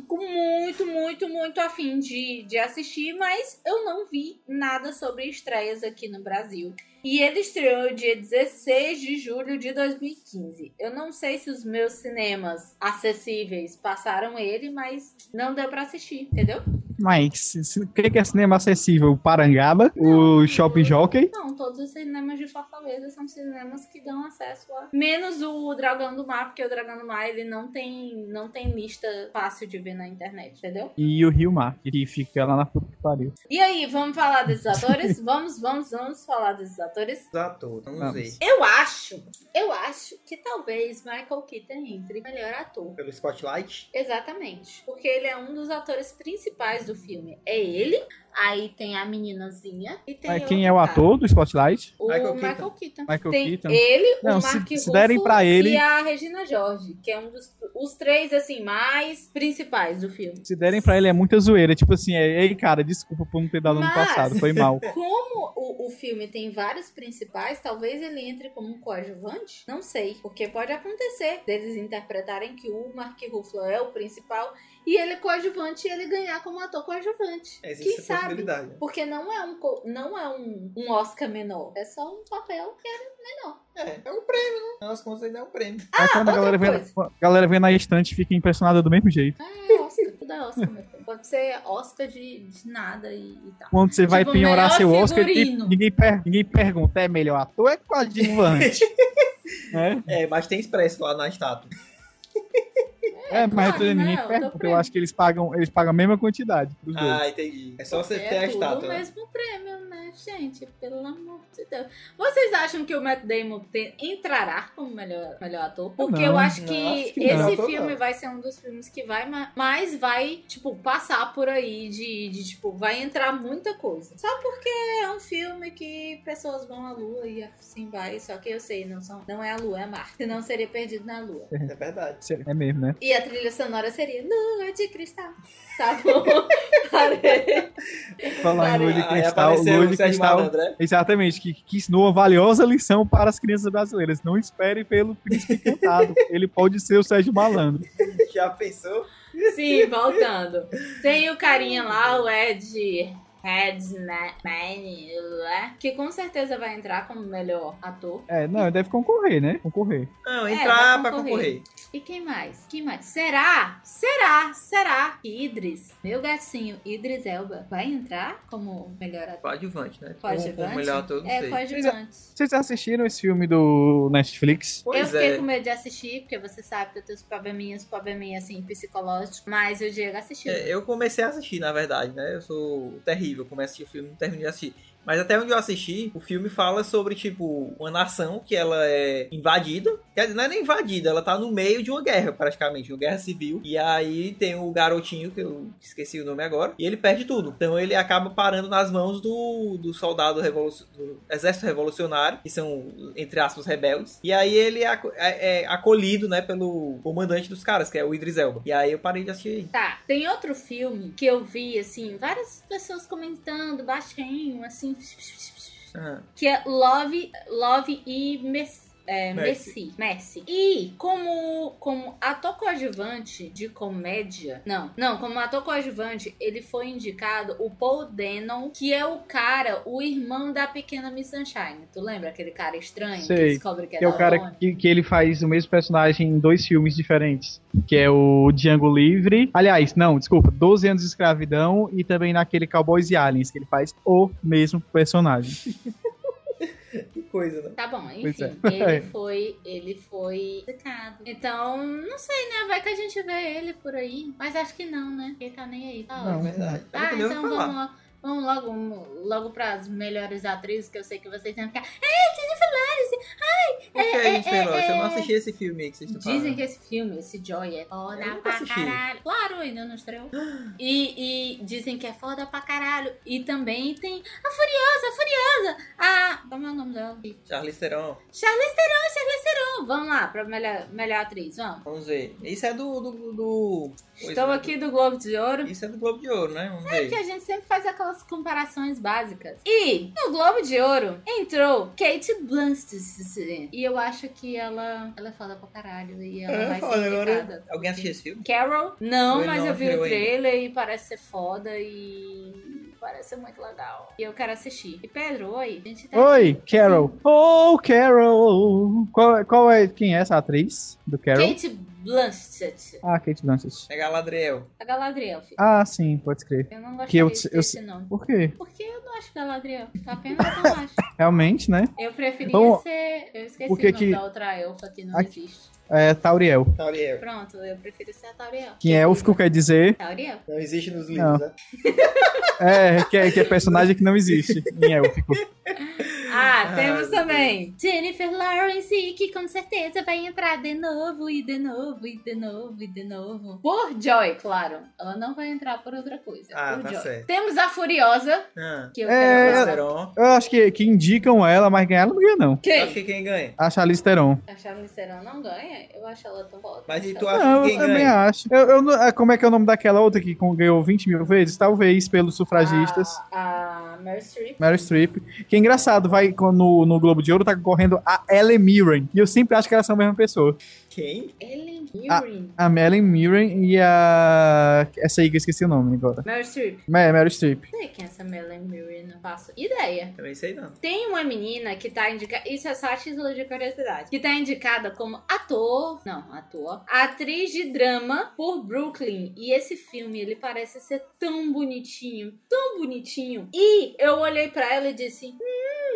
A: com muito, muito, muito afim de, de assistir, mas eu não vi nada sobre estreias aqui no Brasil. E ele estreou dia 16 de julho de 2015. Eu não sei se os meus cinemas acessíveis passaram ele, mas não deu pra assistir, entendeu?
D: Mas se- se- o que que é cinema acessível? O Parangaba? O Shopping Jockey?
A: Não, todos os cinemas de Fortaleza são cinemas que dão acesso a. Menos o Dragão do Mar, porque o Dragão do Mar ele não tem, não tem lista fácil de ver na internet, entendeu?
D: E o Rio Mar, que fica lá na puta que pariu.
A: E aí, vamos falar desses atores? vamos, vamos, vamos falar desses atores.
B: Os atores, vamos,
D: Vamos.
B: ver.
A: Eu acho, eu acho que talvez Michael Keaton entre melhor ator.
B: Pelo Spotlight.
A: Exatamente. Porque ele é um dos atores principais do filme. É ele, aí tem a meninazinha e tem
D: Mas
A: outro
D: quem é o
A: cara.
D: ator do Spotlight?
A: O
B: Michael
A: Michael,
B: Keaton.
A: Keaton.
D: Michael
A: tem
D: Keaton.
A: ele,
D: tá? Não,
A: o
D: se-
A: Mark
D: se derem
A: Ruffalo
D: pra ele-
A: e a Regina George, que é um dos os três assim mais principais do filme.
D: Se derem pra ele é muita zoeira. Tipo assim, é, ei, cara, desculpa por não ter dado
A: Mas-
D: ano passado, foi mal.
A: Como o, o filme tem vários principais, talvez ele entre como um coadjuvante? Não sei, porque pode acontecer deles interpretarem que o Mark Ruffalo é o principal e ele é coadjuvante e ele ganhar como ator coadjuvante.
B: É, Existe
A: Quem
B: essa
A: sabe?
B: possibilidade. né?
A: Porque não é, um, co- não é um, um Oscar menor, é só um papel que era menor.
B: É, é um prêmio, né? Afinal das contas, ainda é um prêmio.
D: Mas quando a
A: Ah, outra
D: galera, vê, a galera vê na estante fica impressionada do mesmo jeito.
A: É Oscar, tudo é Oscar, meu filho. Pode ser Oscar de, de nada e, e tal.
D: Quando você vai
A: Tipo,
D: penhorar
A: melhor
D: seu Oscar, e
A: figurino.
D: ninguém, per- ninguém pergunta, é melhor ator ou é coadjuvante? é,
B: É, mas tem expresso lá na estátua.
D: é, mas eu
A: claro,
D: tô dizendo,
A: né?
D: ninguém
A: Eu tô
D: pergunta. Eu
A: prêmio.
D: acho que eles pagam, eles pagam a mesma quantidade pros dois.
B: Ah, entendi. É só você
A: é
B: ter a
A: tudo
B: estátua.
A: o
B: né?
A: mesmo prêmio, né, gente? Pelo amor de Deus. Vocês acham que o Matt Damon te- entrará como melhor, melhor ator? Porque
D: Não,
A: eu acho
B: não,
A: que,
B: acho que não.
A: esse
B: Ator
A: filme
B: não.
A: vai ser um dos filmes que vai ma- mais vai, tipo, passar por aí de, de, tipo, vai entrar muita coisa. Só porque é um filme que pessoas vão à lua e assim vai. Só que eu sei, não, são, não é a lua, é Marte. Senão seria perdido na lua.
B: É verdade.
D: Sério, É mesmo, né?
A: E a trilha sonora seria Lua de Cristal. Tá bom? Parei.
D: Falar em lua
A: Parei.
D: de
B: Aí
D: cristal,
B: apareceu
D: lua
B: o
D: de
B: Sérgio
D: cristal.
B: Malandro, né?
D: Exatamente, que, que ensinou uma valiosa lição para as crianças brasileiras. Não espere pelo príncipe encantado. Ele pode ser o Sérgio Malandro.
B: Já pensou?
A: Sim, voltando. Tem o carinha lá, o Ed. Redmayne, né? que com certeza vai entrar como melhor ator.
D: É, não, ele deve concorrer, né? Concorrer.
B: Não,
A: É,
B: entrar
A: vai
B: pra
A: concorrer.
B: concorrer.
A: E quem mais? Quem mais? Será? Será? Será que Idris, meu gatinho Idris Elba, vai entrar como melhor ator?
B: Coadjuvante, né?
A: Coadjuvante?
B: Ou- ou melhor ator, não
A: É,
B: sei.
A: coadjuvante.
D: Vocês assistiram esse filme do Netflix?
A: eu
B: Pois
A: fiquei
B: é.
A: com medo de assistir, porque você sabe que eu tenho os probleminhas, probleminha assim, psicológico, mas o Diego assistiu.
B: É, eu comecei a assistir, na verdade, né? Eu sou terrível, começo a assistir o filme e não termino de assistir. Mas até onde eu assisti, o filme fala sobre, tipo, uma nação que ela é invadida. Quer dizer, não é nem invadida, ela tá no meio de uma guerra, praticamente, uma guerra civil. E aí tem o garotinho, que eu esqueci o nome agora, e ele perde tudo. Então ele acaba parando nas mãos do, do soldado revolucio- do exército revolucionário, que são, entre aspas, rebeldes. E aí ele é, aco- é- é acolhido, né, pelo comandante dos caras, que é o Idris Elba. E aí eu parei de assistir.
A: Tá, tem outro filme que eu vi, assim, várias pessoas comentando baixinho, assim.
B: Ah,
A: que é Love, Love e Mercy. É,
B: Mercy.
A: Messi. Messi. E como, como ator coadjuvante de comédia. Não, não, como ator coadjuvante, ele foi indicado o Paul Denon, que é o cara, o irmão da pequena Miss Sunshine. Tu lembra aquele cara estranho que
D: Sei,
A: descobre que é,
D: Que é o cara
A: daltônico?
D: que, que ele faz o mesmo personagem em dois filmes diferentes. Que é o Django Livre. Aliás, não, desculpa, 12 anos de escravidão e também naquele Cowboys e Aliens, que ele faz o mesmo personagem.
B: que coisa, né?
A: Tá bom,
D: Pois
A: enfim,
D: é.
A: ele foi, ele foi indicado. Então, não sei, né? Vai que a gente vê ele por aí. Mas acho que não, né? Ele tá nem aí, tá
B: Não,
D: né?
A: ótimo.
B: é verdade. Eu
A: Ah,
B: não
A: então
B: vou
A: vamos
B: falar.
A: logo, vamos logo, logo para as melhores atrizes, que eu sei que vocês vão ficar. Ei, Jennifer Lawrence!
B: Por que a gente
A: É, é,
B: herói? Eu não
A: é.
B: assisti esse filme aí que vocês estão falando.
A: Dizem que esse filme, esse Joy, é foda
B: Eu nunca
A: pra
B: assisti.
A: caralho. Claro, ainda não estreou. E, e dizem que é foda pra caralho. E também tem a Furiosa, a Furiosa! A. Como é o nome dela?
B: Charlize Theron,
A: Charlize Theron, Charlize Theron! Vamos lá, pra melhor, melhor atriz, vamos.
B: vamos ver. Isso é do... do, do... coisa,
A: Estou
B: né?
A: aqui do Globo de Ouro.
B: Isso é do Globo de Ouro, né? Vamos
A: É, que
B: ver.
A: a gente sempre faz aquelas comparações básicas. E no Globo de Ouro entrou Kate Blanchett. E eu acho que ela, ela fala pra caralho e ela
B: É,
A: vai
B: fala,
A: ser
B: agora-
A: indicada.
B: Alguém assistiu esse filme?
A: Carol? Não,
B: Eu
A: mas
B: não,
A: eu vi o
B: eu ainda.
A: trailer e parece ser foda e parece ser muito legal. E eu quero assistir. E Pedro, oi. A gente tá
D: Oi,
A: aqui.
D: Carol. Oh, Carol! Qual, qual é, quem é essa atriz do Carol?
A: Kate Blanchett.
D: Ah, Kate Blanchett.
B: É Galadriel.
A: A Galadriel, filho.
D: Ah, sim, pode escrever.
A: Eu não gosto
D: que eu-
A: desse
D: eu-
A: nome.
D: Por quê?
A: Porque eu não acho Galadriel. Tá Apenas eu acho.
D: Realmente, né?
A: Eu preferia
D: Então,
A: ser. Eu esqueci
D: o que
A: o nome
D: que-
A: da outra elfa que não
D: Aqui-
A: existe.
D: É Tauriel.
B: Galadriel.
A: Pronto, eu prefiro ser a Tauriel.
D: Que é élfico quer dizer
A: Tauriel?
B: Não existe nos
D: Não.
B: livros, né?
D: é, que é, que é personagem que não existe em élfico.
A: Ah,
B: Ah,
A: temos
B: meu
A: também Jennifer Lawrence, que com certeza vai entrar de novo e de novo e de novo e de novo. Por Joy, claro. Ela não vai entrar por outra coisa.
B: Ah,
A: por
B: tá
A: Joy.
B: certo.
A: Temos a Furiosa,
B: Ah,
A: que eu
D: É,
A: quero
B: Charlize
A: falar.
B: Theron.
D: Eu acho que, que indicam ela, mas ganhar ela não ganha, não.
B: Acho
A: Quem?
B: que quem ganha?
D: A Charlize Theron.
A: A Charlize Theron não ganha? Eu acho ela tão foda.
B: Mas e
A: Acho
B: tu
A: ela-
B: acha
D: Não,
B: que
D: eu
B: quem
D: também
B: ganha?
D: acho. Eu, eu não- ah, como é que é o nome daquela outra que com- ganhou 20 mil vezes? Talvez pelos sufragistas.
A: Ah. A, a Mary Streep.
D: Meryl Streep. Que é engraçado, vai com- no, no Globo de Ouro, tá correndo a Ellen Mirren. E eu sempre acho que elas são a mesma pessoa.
B: Quem?
A: Ellen
D: Ah.
A: Mirren.
D: A Ellen Mirren e a. Essa aí que eu esqueci o nome agora.
A: Mary Streep.
D: É, Meryl Streep.
A: Não sei quem é essa Melanie Mirren, não faço ideia.
B: Também sei não.
A: Tem uma menina que tá indicada. Isso é só título de curiosidade. Que tá indicada como ator. Não, ator. Atriz de drama por Brooklyn. E esse filme, ele parece ser tão bonitinho. Tão bonitinho. E eu olhei pra ela e disse: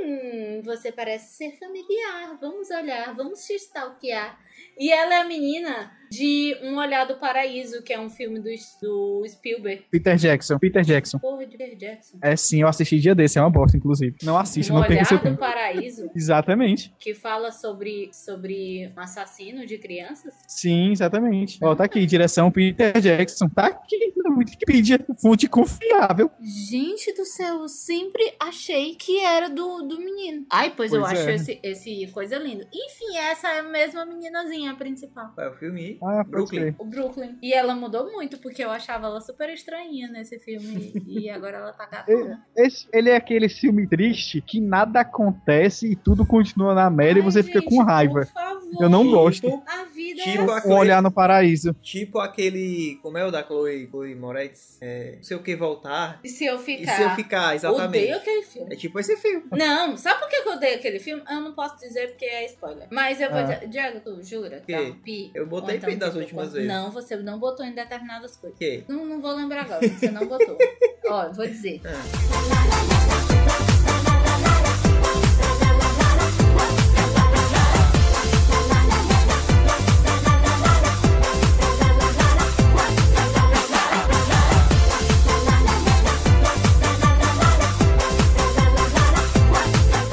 A: Hum, você parece ser familiar. Vamos olhar, vamos te stalkear. E ela é a menina de Um Olhar do Paraíso, que é um filme do, do Spielberg.
D: Peter Jackson. Peter Jackson.
A: Porra de Peter Jackson.
D: É sim, eu assisti dia desse, é uma bosta, inclusive. Não assiste,
A: Um
D: não perca
A: Olhar
D: seu
A: do
D: tempo.
A: Paraíso.
D: Exatamente.
A: que fala sobre, sobre um assassino de crianças.
D: Sim, exatamente. Ó, tá aqui, direção Peter Jackson. Tá aqui no Wikipedia, fonte confiável.
A: Gente do céu, eu sempre achei que era do, do menino. Ai, pois, eu
D: Pois
A: acho
D: é.
A: esse, esse coisa lindo. Enfim, essa é a mesma meninazinha principal.
B: Qual é o filme aí?
D: Ah, pode
B: Brooklyn.
D: crer.
A: O Brooklyn. E ela mudou muito, porque eu achava ela super estranhinha nesse filme. e agora ela tá gatona.
D: Esse, ele é aquele filme triste que nada acontece e tudo continua na merda e
A: Ai,
D: você fica
A: gente,
D: com raiva.
A: Por favor.
D: Eu não
B: Tipo-
E: Então,
D: gosto.
A: A vida é
B: Tipo
A: assim.
B: a
D: Um
B: Chloe-
D: olhar no paraíso.
B: Tipo aquele. Como é o da Chloe, Chloe Moretz? É, não sei o que voltar.
A: E se eu
B: E
A: ficar.
B: se eu ficar,
A: Odeio
B: exatamente.
A: aquele filme.
B: É tipo esse filme.
A: Não, sabe por que eu odeio aquele filme? Eu não posso dizer porque é spoiler. Mas eu vou
D: Ah.
A: dizer. Diego, tu jura?
B: quê?
A: Dá um pi.
B: Eu botei
A: Ou então
B: pi das
A: tipo,
B: últimas
A: quando-
B: vezes.
A: Não, você não botou em determinadas coisas.
B: Que?
A: Não, não vou lembrar agora, você não botou. Ó, eu vou dizer.
B: É.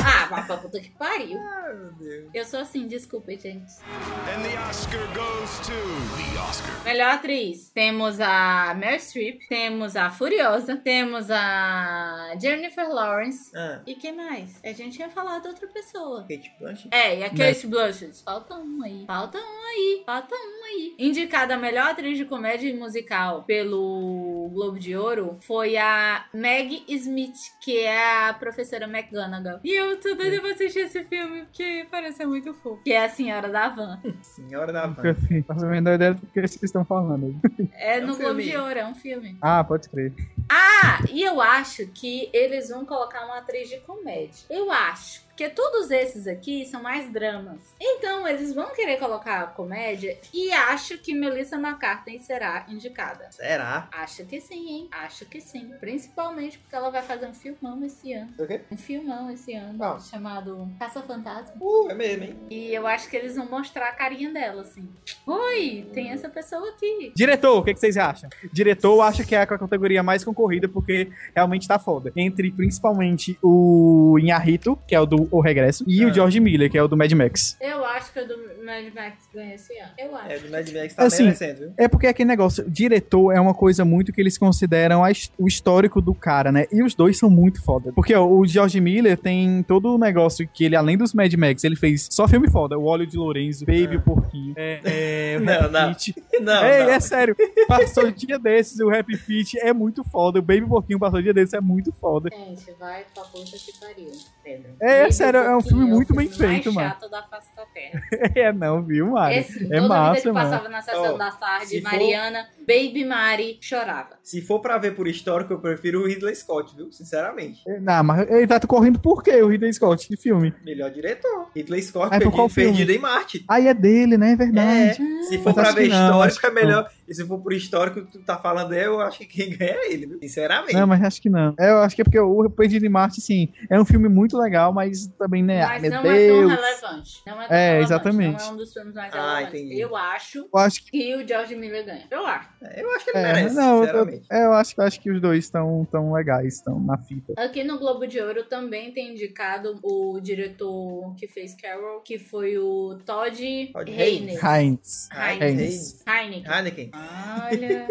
A: Ah, mas capa, puta que pariu.
B: Meu Deus.
A: Eu sou assim, desculpa, gente.
E: And the Oscar goes to the Oscar.
A: Melhor atriz. Temos a Meryl Streep, temos a Furiosa, temos a Jennifer Lawrence.
B: Ah,
A: E quem mais? A gente ia falar de outra pessoa.
B: Kate Blanchett?
A: É, e a Kate Blanchett. Falta um aí. Falta um aí. Falta um aí. Indicada a melhor atriz de comédia e musical pelo Globo de Ouro foi a Meg Smith, que é a professora McGonagall. E eu tô doida pra assistir esse filme, porque parece muito fofo. Que é a senhora da van.
B: Senhora da Van.
D: Nunca vi. Faço assim, tá a menor ideia do que vocês estão falando.
A: É,
B: É um
A: no Globo
B: filme.
A: de Ouro, é um filme.
D: Ah, pode crer.
A: Ah, e eu acho que eles vão colocar uma atriz de comédia. Eu acho. Porque todos esses aqui são mais dramas. Então, eles vão querer colocar a comédia e acho que Melissa McCarthy será indicada.
B: Será?
A: Acho que sim, hein? Acho que sim. Principalmente porque ela vai fazer um filmão esse ano.
B: O quê?
A: Um filmão esse ano
B: Qual?
A: chamado Caça Fantasma.
B: Uh, é mesmo, hein?
A: E eu acho que eles vão mostrar a carinha dela, assim. Oi, tem essa pessoa aqui.
D: Diretor, o que, que vocês acham? Diretor acha que é a categoria mais concorrida porque realmente tá foda. Entre principalmente o Inharito, que é o do O Regresso, e
B: Ah.
D: o George Miller, que é o do Mad Max.
A: Eu acho que o do Mad Max ganha esse ano. Eu acho.
B: É, do Mad Max tá
D: Assim,
B: merecendo, viu?
D: É porque é aquele negócio, diretor é uma coisa muito que eles consideram a his- o histórico do cara, né? E os dois são muito foda. Porque ó, o George Miller tem todo o negócio que ele, além dos Mad Max, ele fez só filme foda. O Óleo de Lorenzo, Baby,
B: Ah.
D: o Porquinho, é, é, o
B: Não,
D: Rap
B: não.
D: Fit.
B: Não,
D: Ei,
B: não.
D: é sério. Passou o dia desses, o Rap Fit é muito foda. O Baby Porquinho passou o dia desses, é muito foda.
A: Gente, vai pra puta que pariu, Pedro.
D: É,
A: Vive
D: sério, é um
A: pouquinho,
D: filme muito
A: filme
D: bem feito,
A: mais
D: mano.
A: chato da face da terra.
D: É, não, viu, Mari?
A: Esse,
D: é
A: toda vida
D: massa,
A: que
D: mano.
A: passava na sessão
B: Ó,
A: da tarde,
B: se for-
A: Mariana, Baby Mari, chorava.
B: Se for pra ver por histórico, eu prefiro o Ridley Scott, viu? Sinceramente.
D: Não, mas ele tá correndo por quê, o Ridley Scott, de filme?
B: Melhor diretor. Ridley Scott,
D: Mas por
B: perdido,
D: qual filme?
B: perdido em Marte.
D: Aí é dele, né? É verdade.
B: É, se for
D: Mas
B: pra
D: acho
B: ver
D: que não,
B: histórico, é melhor. E se for por histórico, tu tá falando, aí, eu acho que quem ganha é ele, viu? Sinceramente.
D: Não, mas acho que não. É, Eu acho que é porque o Perdido em Marte, sim, é um filme muito legal, mas também, né? ah,
A: Mas
D: meu
A: não
D: Deus.
A: é tão relevante. Não é tão
D: É,
A: relevante.
D: exatamente.
A: Não é um dos filmes mais
B: Ah,
A: relevantes.
B: entendi.
A: Eu acho
D: eu acho que.
A: que o George Miller ganha. Eu acho.
B: Eu acho que ele
D: É,
B: merece,
D: não, eu,
B: sinceramente.
D: tô- é, eu acho, eu acho que os dois estão tão legais, estão na fita.
A: Aqui no Globo de Ouro também tem indicado o diretor que fez Carol, que foi o Todd
B: Todd
A: Haynes.
D: Heinz.
A: Heinz.
B: Heinz.
A: Heineken.
B: Heineken.
A: Olha,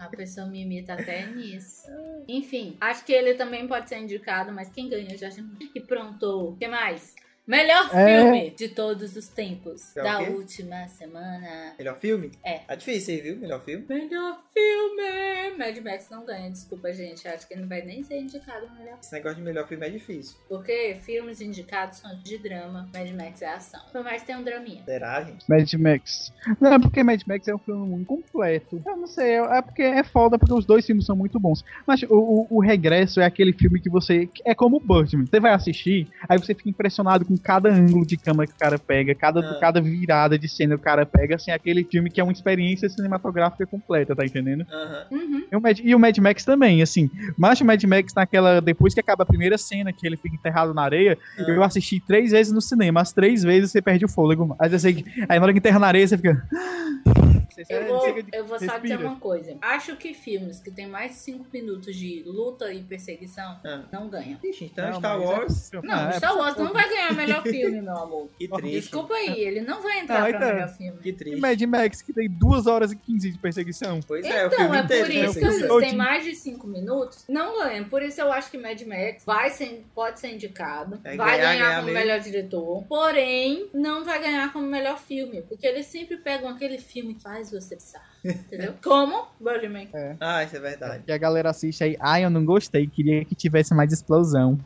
A: a pessoa me imita até nisso. Enfim, acho que ele também pode ser indicado, mas quem ganha já E pronto. O que mais? Melhor
D: É.
A: filme de todos os tempos.
B: É o
A: da
B: quê?
A: última semana.
B: Melhor filme?
A: É.
B: Tá difícil aí, viu? Melhor filme.
A: Melhor filme! Mad Max não ganha, desculpa, gente. Acho que ele não vai nem ser indicado no melhor.
B: Esse negócio de melhor filme é difícil.
A: Porque filmes indicados são de drama. Mad Max é ação. Por mais que tenha um draminha.
B: Será, gente?
D: Mad Max. Não, é porque Mad Max é um filme muito completo. Eu não sei, é é porque é foda, porque os dois filmes são muito bons. Mas o, o- o Regresso é aquele filme que você. que É como o Birdman. Você vai assistir, aí você fica impressionado com cada ângulo de câmera que o cara pega, cada,
B: Ah.
D: cada virada de cena que o cara pega. Assim, é aquele filme que é uma experiência cinematográfica completa, tá entendendo?
B: Aham.
A: Uhum.
D: E o Mad, e o Mad Max também, assim. Mas o Mad Max, naquela. Depois que acaba a primeira cena, que ele fica enterrado na areia,
B: Ah.
A: É.
D: eu assisti três vezes no cinema. As três vezes você perde o fôlego. Aí, você, aí na hora que enterra na areia, você fica. Você
B: É,
A: Eu vou,
D: chega de-
A: eu vou só dizer
D: respira.
A: uma coisa. Acho que filmes que tem mais de 5 minutos de luta e perseguição
B: Ah.
A: não ganham.
B: Ixi, então
D: Não,
B: Star
D: mas é
B: Wars.
D: possível.
A: Não,
D: Ah, é
A: Star Wars não vai ganhar melhor filme, meu amor.
B: Que triste.
A: Desculpa aí, ele não vai entrar
D: Não,
A: pra
D: então.
A: melhor filme.
B: Ah, Que
D: E
B: triste.
D: Mad Max, que tem 2 horas e 15 de perseguição.
B: Pois é, o
A: Então,
B: filme
A: é
B: inteiro.
A: por
B: né,
A: isso que
B: sem
A: os
B: ser.
A: que
D: Odin.
A: tem mais de 5 minutos não ganham. Por isso eu acho que Mad Max vai ser, pode ser indicado,
B: É,
A: vai ganhar,
B: ganhar, ganhar
A: como
B: mesmo.
A: melhor diretor, porém não vai ganhar como melhor filme, porque eles sempre pegam aquele filme que faz você pensar, entendeu? como Birdman.
B: Ah, isso é verdade.
D: E a galera assiste aí, ai, eu não gostei, queria que tivesse mais explosão.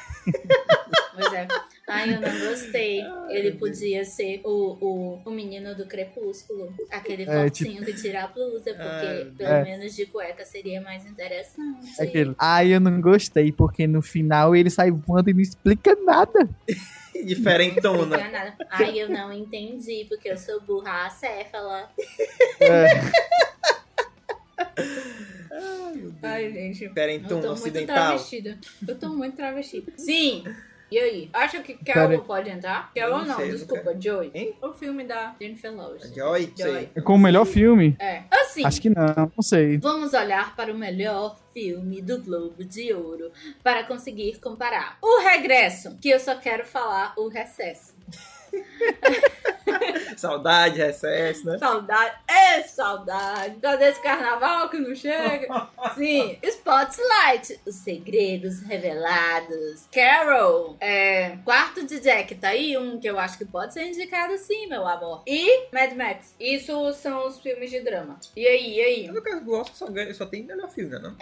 A: Pois é. Ai, eu não gostei. Ele podia ser o, o, o menino do crepúsculo. Aquele
D: É,
A: focinho que tira a blusa, porque
B: Ah,
A: pelo
D: é.
A: menos de cueca seria mais interessante.
D: É Aquele, ai, eu não gostei, porque no final ele sai voando e não explica nada.
A: Não
B: Diferentona.
A: explica nada. Ai, eu não entendi, porque eu sou burra acéfala. Ai, gente. Eu
B: Diferentona
A: tô muito
B: ocidental. Então,
A: travestida. Eu tô muito travestida. Sim, E aí? Acha que
D: Pera
A: Carol
D: aí.
A: pode entrar? Carol
B: Não
A: não,
B: sei,
A: desculpa, Joey.
B: Hein?
A: O filme da Jennifer Lawrence.
B: Joy, sei.
D: Com o melhor filme?
A: É. Assim,
D: Acho que não, não sei.
A: Vamos olhar para o melhor filme do Globo de Ouro para conseguir comparar. O Regresso, que eu só quero falar o Recesso.
B: Saudade, recesso, né?
A: Saudade, é saudade. Cadê esse carnaval que não chega? Sim. Spotlight, os segredos revelados. Carol, é, quarto de Jack, tá aí um que eu acho que pode ser indicado sim, meu amor. E Mad Max. Isso são os filmes de drama. E aí, e aí?
B: Mas o caso do Oscar só, ganha, só tem melhor filme, né? Não?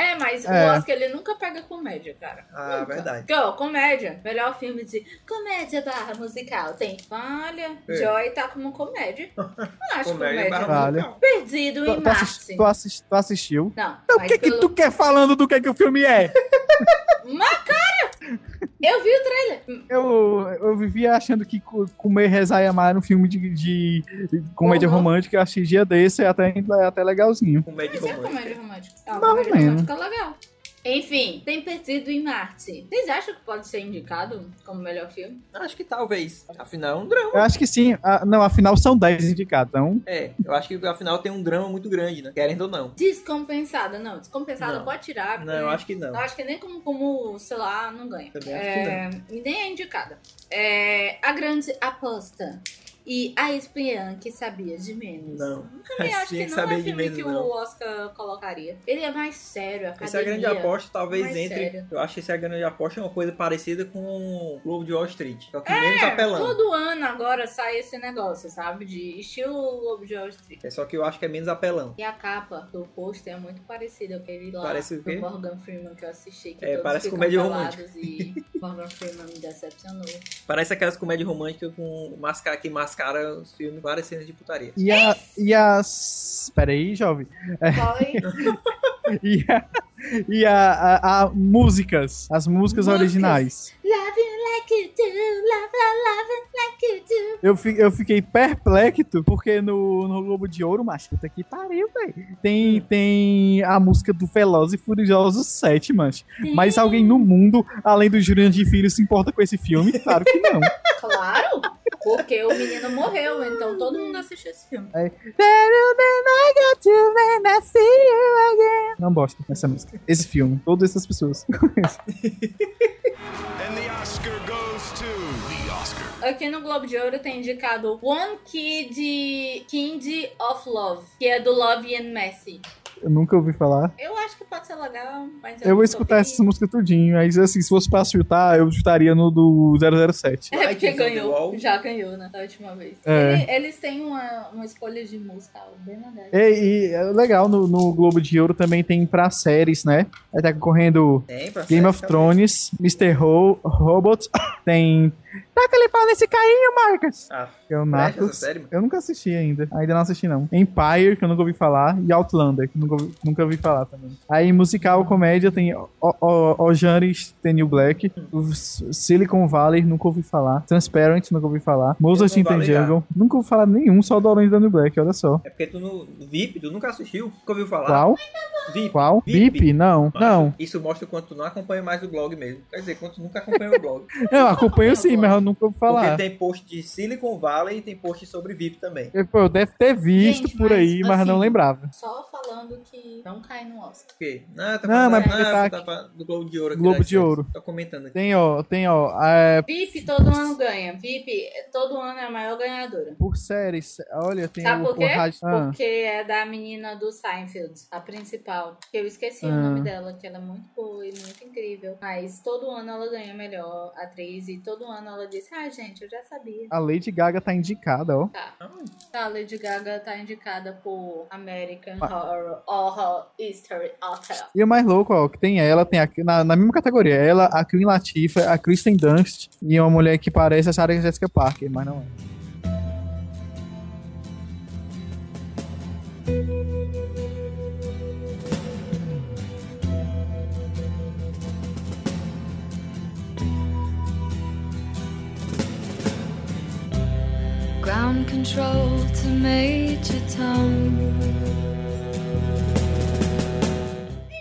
A: É, mas
D: É.
A: o Oscar ele nunca pega comédia, cara.
B: Ah,
A: nunca.
B: verdade.
A: Porque, ó, comédia, melhor filme de comédia barra musical. Tem Olha,
B: É.
A: Joy tá como comédia. Não acho comédia.
B: Comédia barra
D: Vale.
B: musical.
A: Perdido em
D: Tu, tu,
A: Marte.
D: assist- tu assis- tu assistiu?
A: Não,
D: É, O
A: mas
D: que que
A: pelo-
D: tu quer falando do que que o filme é?
A: Mas, cara, eu vi o trailer.
D: Eu, eu vivia achando que co- comer, rezar e amar era um filme de, de comédia
A: Uhum.
D: romântica. Eu achei dia desse é até, até legalzinho.
B: Comédia
A: Mas é
B: romântica.
A: comédia romântica. É uma
D: Mais ou
A: comédia
D: menos.
A: romântica legal. Enfim, tem Perdido em Marte. Vocês acham que pode ser indicado como melhor filme?
B: Acho que talvez. Afinal, é um drama.
D: Eu acho que sim. Ah, não, afinal são 10 indicados. Então,
B: É, eu acho que afinal tem um drama muito grande, né? Querendo ou não.
A: Descompensada, não. Descompensada
B: Não.
A: pode tirar.
B: Não, eu
A: porque-
B: acho que não.
A: Eu acho que nem como, como sei lá, não ganha.
B: Também acho que
A: É, e nem é indicada. É, a grande aposta. E a espiã que sabia de menos.
B: Não.
A: Também acho que
B: Tinha
A: não
B: saber
A: é
B: de
A: filme
B: menos,
A: que
B: não.
A: o Oscar colocaria. Ele é mais sério, academia.
B: Essa é a grande aposta, talvez
A: mais
B: entre.
A: sério.
B: Eu acho que essa é a grande aposta é uma coisa parecida com o Globo de Wall Street. Só que menos
A: É,
B: apelão.
A: todo ano agora sai esse negócio, sabe? De estilo Lobo de Wall Street.
B: É só que eu acho que é menos apelão.
A: E a capa do pôster é muito parecida com aquele lá
B: Parece o
A: do
B: quê?
A: Morgan Freeman que eu assisti. Que
B: É,
A: todos
B: parece
A: ficam
B: comédia
A: calados E Morgan Freeman me decepcionou.
B: Parece aquelas comédias românticas com mascara que mascara os filmes, várias cenas de putaria.
D: e, a, e as. Peraí, jovem.
A: Foi
D: E, a, e a, a- a- músicas. As músicas,
A: Músicas.
D: originais.
A: Love you like you do, love, I love it like you do.
D: Eu, fi- eu fiquei perplexo, porque no, no Globo de Ouro, macho, puta que pariu, velho. Tem, tem a música do Veloz e Furioso 7, macho. Mas alguém no mundo, além do Jurandir Filho, se importa com esse filme? Claro que não.
A: Claro, porque o menino morreu, então todo mundo assistiu esse filme.
D: Não bosta essa música. Esse filme. Todas essas pessoas.
E: And the Oscar goes to the Oscar.
A: Aqui no Globo de Ouro tem indicado One Kid Kind of Love, que é do Love and Messi.
D: Eu nunca ouvi falar. Eu,
A: Eu acho que pode ser legal, mas eu,
D: vou
A: nunca
D: escutar
A: ouvi.
D: essas músicas tudinho. Aí, assim, se fosse pra chutar, eu chutaria no do 007.
A: É porque
B: Lights on the Wall.
A: ganhou, já ganhou, né? Da última vez.
D: É.
A: Ele- eles têm uma, uma escolha de música bem legal.
D: E, e é legal, no, no Globo de Ouro também tem pra séries, né? Aí tá concorrendo
B: Tem, pra
D: Game
B: série,
D: of
B: tá
D: Thrones, Mr. Ho Robot, tem... Taca ele pau nesse carinho, Marcos!
B: bem. Ah,
D: Que é o
B: Marcos. essa
D: Marcos.
B: série, mano.
D: Eu nunca assisti ainda. Ainda não assisti, não. Empire, que eu nunca ouvi falar. E Outlander, que eu nunca, ouvi- nunca ouvi falar também. Aí, musical, comédia, tem O- O- Ojanis, tem New Black. O S- Silicon Valley, nunca ouvi falar. Transparent, nunca ouvi falar. Mozart
B: Silicon
D: tem
B: Valley, já.
D: Jungle. Nunca ouvi falar nenhum, só do Orange da New Black, olha só.
B: É porque tu no VIP, tu nunca assistiu? Nunca ouviu falar?
D: Qual?
B: VIP.
D: Qual?
B: VIP?
D: VIP? Não, não.
B: Isso mostra o quanto tu não acompanha mais o blog mesmo. Quer dizer, quanto tu nunca acompanha o blog.
D: Eu acompanho sim, mas eu nunca ouvi
B: Porque
D: falar.
B: tem post de Silicon Valley e tem post sobre VIP também.
D: Eu, pô, eu deve ter visto
A: Gente,
D: por
A: mas,
D: aí, mas não
A: assim,
D: lembrava.
A: Só falando que não cai no Oscar.
B: Porque, ah, tá
D: Não,
B: falando,
D: mas
B: ah,
D: porque tá
B: tá falando do Globo de Ouro. aqui,
D: Globo
B: né,
D: de
B: gente?
D: Ouro.
B: Tô comentando aqui.
D: Tem, ó, tem, ó, é,
A: VIP todo ano ganha. VIP todo ano é a maior ganhadora.
D: por séries, olha, tem
A: Sabe
D: o...
A: por
D: o
A: quê?
D: rádio- Ah.
A: Porque é da menina do Seinfeld, a principal. Eu esqueci o
D: Ah.
A: nome dela, que ela é muito boa e muito incrível. Mas todo ano ela ganha melhor atriz e todo ano ela disse: Ah, gente, eu já sabia.
D: A Lady Gaga tá indicada, ó.
A: Tá.
B: Ah,
A: A Lady Gaga tá indicada por American
D: Ah.
A: Horror, Horror History Hotel.
D: E o mais louco, ó, que tem ela, tem a, na, na mesma categoria, ela, a Queen Latifah, a Kristen Dunst e uma mulher que parece a Sarah Jessica Parker, mas não é.
G: Ground control to Major Tom.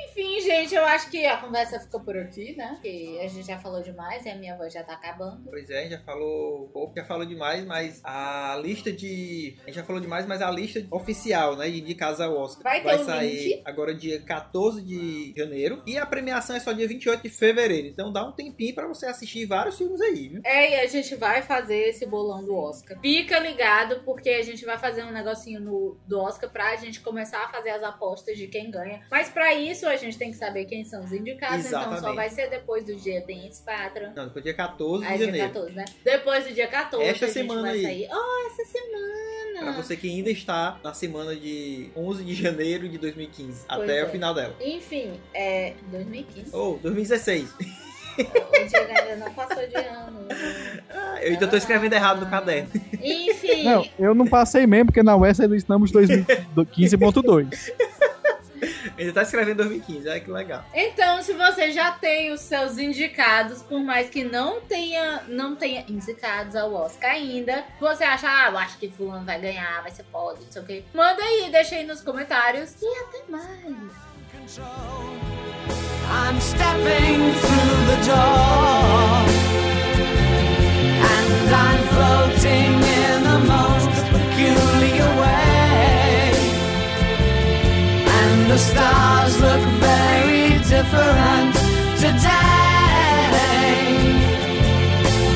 A: Enfim, gente, eu acho que a conversa fica por aqui, né? Porque a gente já falou demais e a minha voz já tá acabando.
B: Pois é, já falou pouco, já falou demais, mas a lista de. A gente já falou demais, mas a lista oficial, né? De, de casa ao Oscar.
A: Vai ter um
B: sair
A: link.
B: agora dia 14 de janeiro. E a premiação é só dia 28 de fevereiro. Então dá um tempinho pra você assistir vários filmes aí, viu?
A: É, e a gente vai fazer esse bolão do Oscar. Fica ligado, porque a gente vai fazer um negocinho no, do Oscar pra gente começar a fazer as apostas de quem ganha. Mas pra isso a gente tem que saber quem são os indicados, então só
B: Exatamente.
A: vai ser depois do dia dance patron.
B: Não, depois dia 14 de
A: Aí dia
B: janeiro.
A: 14, né? Depois do dia 14
B: Esta
A: a gente
B: semana
A: vai
B: aí.
A: sair. Oh, essa semana!
B: Pra você que ainda está na semana de 11 de janeiro de 2015,
A: Pois
B: até
A: é.
B: o final dela.
A: Enfim, é 2015.
B: Ou 2016.
A: O dia ainda não passou de ano.
B: Ah, Eu ainda tô escrevendo errado no caderno.
A: Enfim,
D: Não, eu não passei mesmo, porque na UES ainda estamos 2015.2.
B: Ainda tá escrevendo 2015, olha que legal.
A: então se você já tem os seus indicados, por mais que não tenha, não tenha indicados ao Oscar ainda, você acha, ah, eu acho que fulano vai ganhar, vai ser foda, não sei o quê. Manda aí, deixa aí nos comentários. E até mais!
G: I'm stepping through the door and I'm floating in the most peculiar way. And the stars look very different today.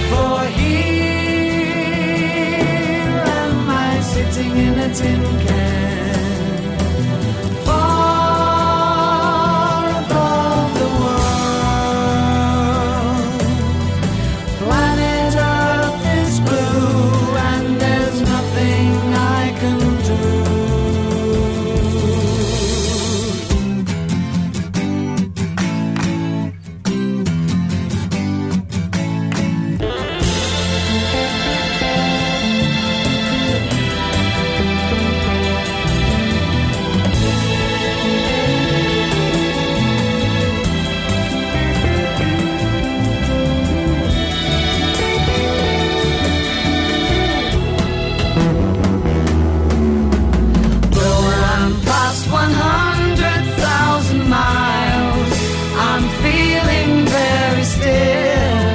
G: For here am I sitting in a tin can far above the world. Planet Earth is blue, and there's nothing I can do. Though I'm past 100,000 miles, I'm feeling very still.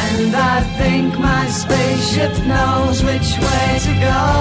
G: And I think my spaceship knows which way to go.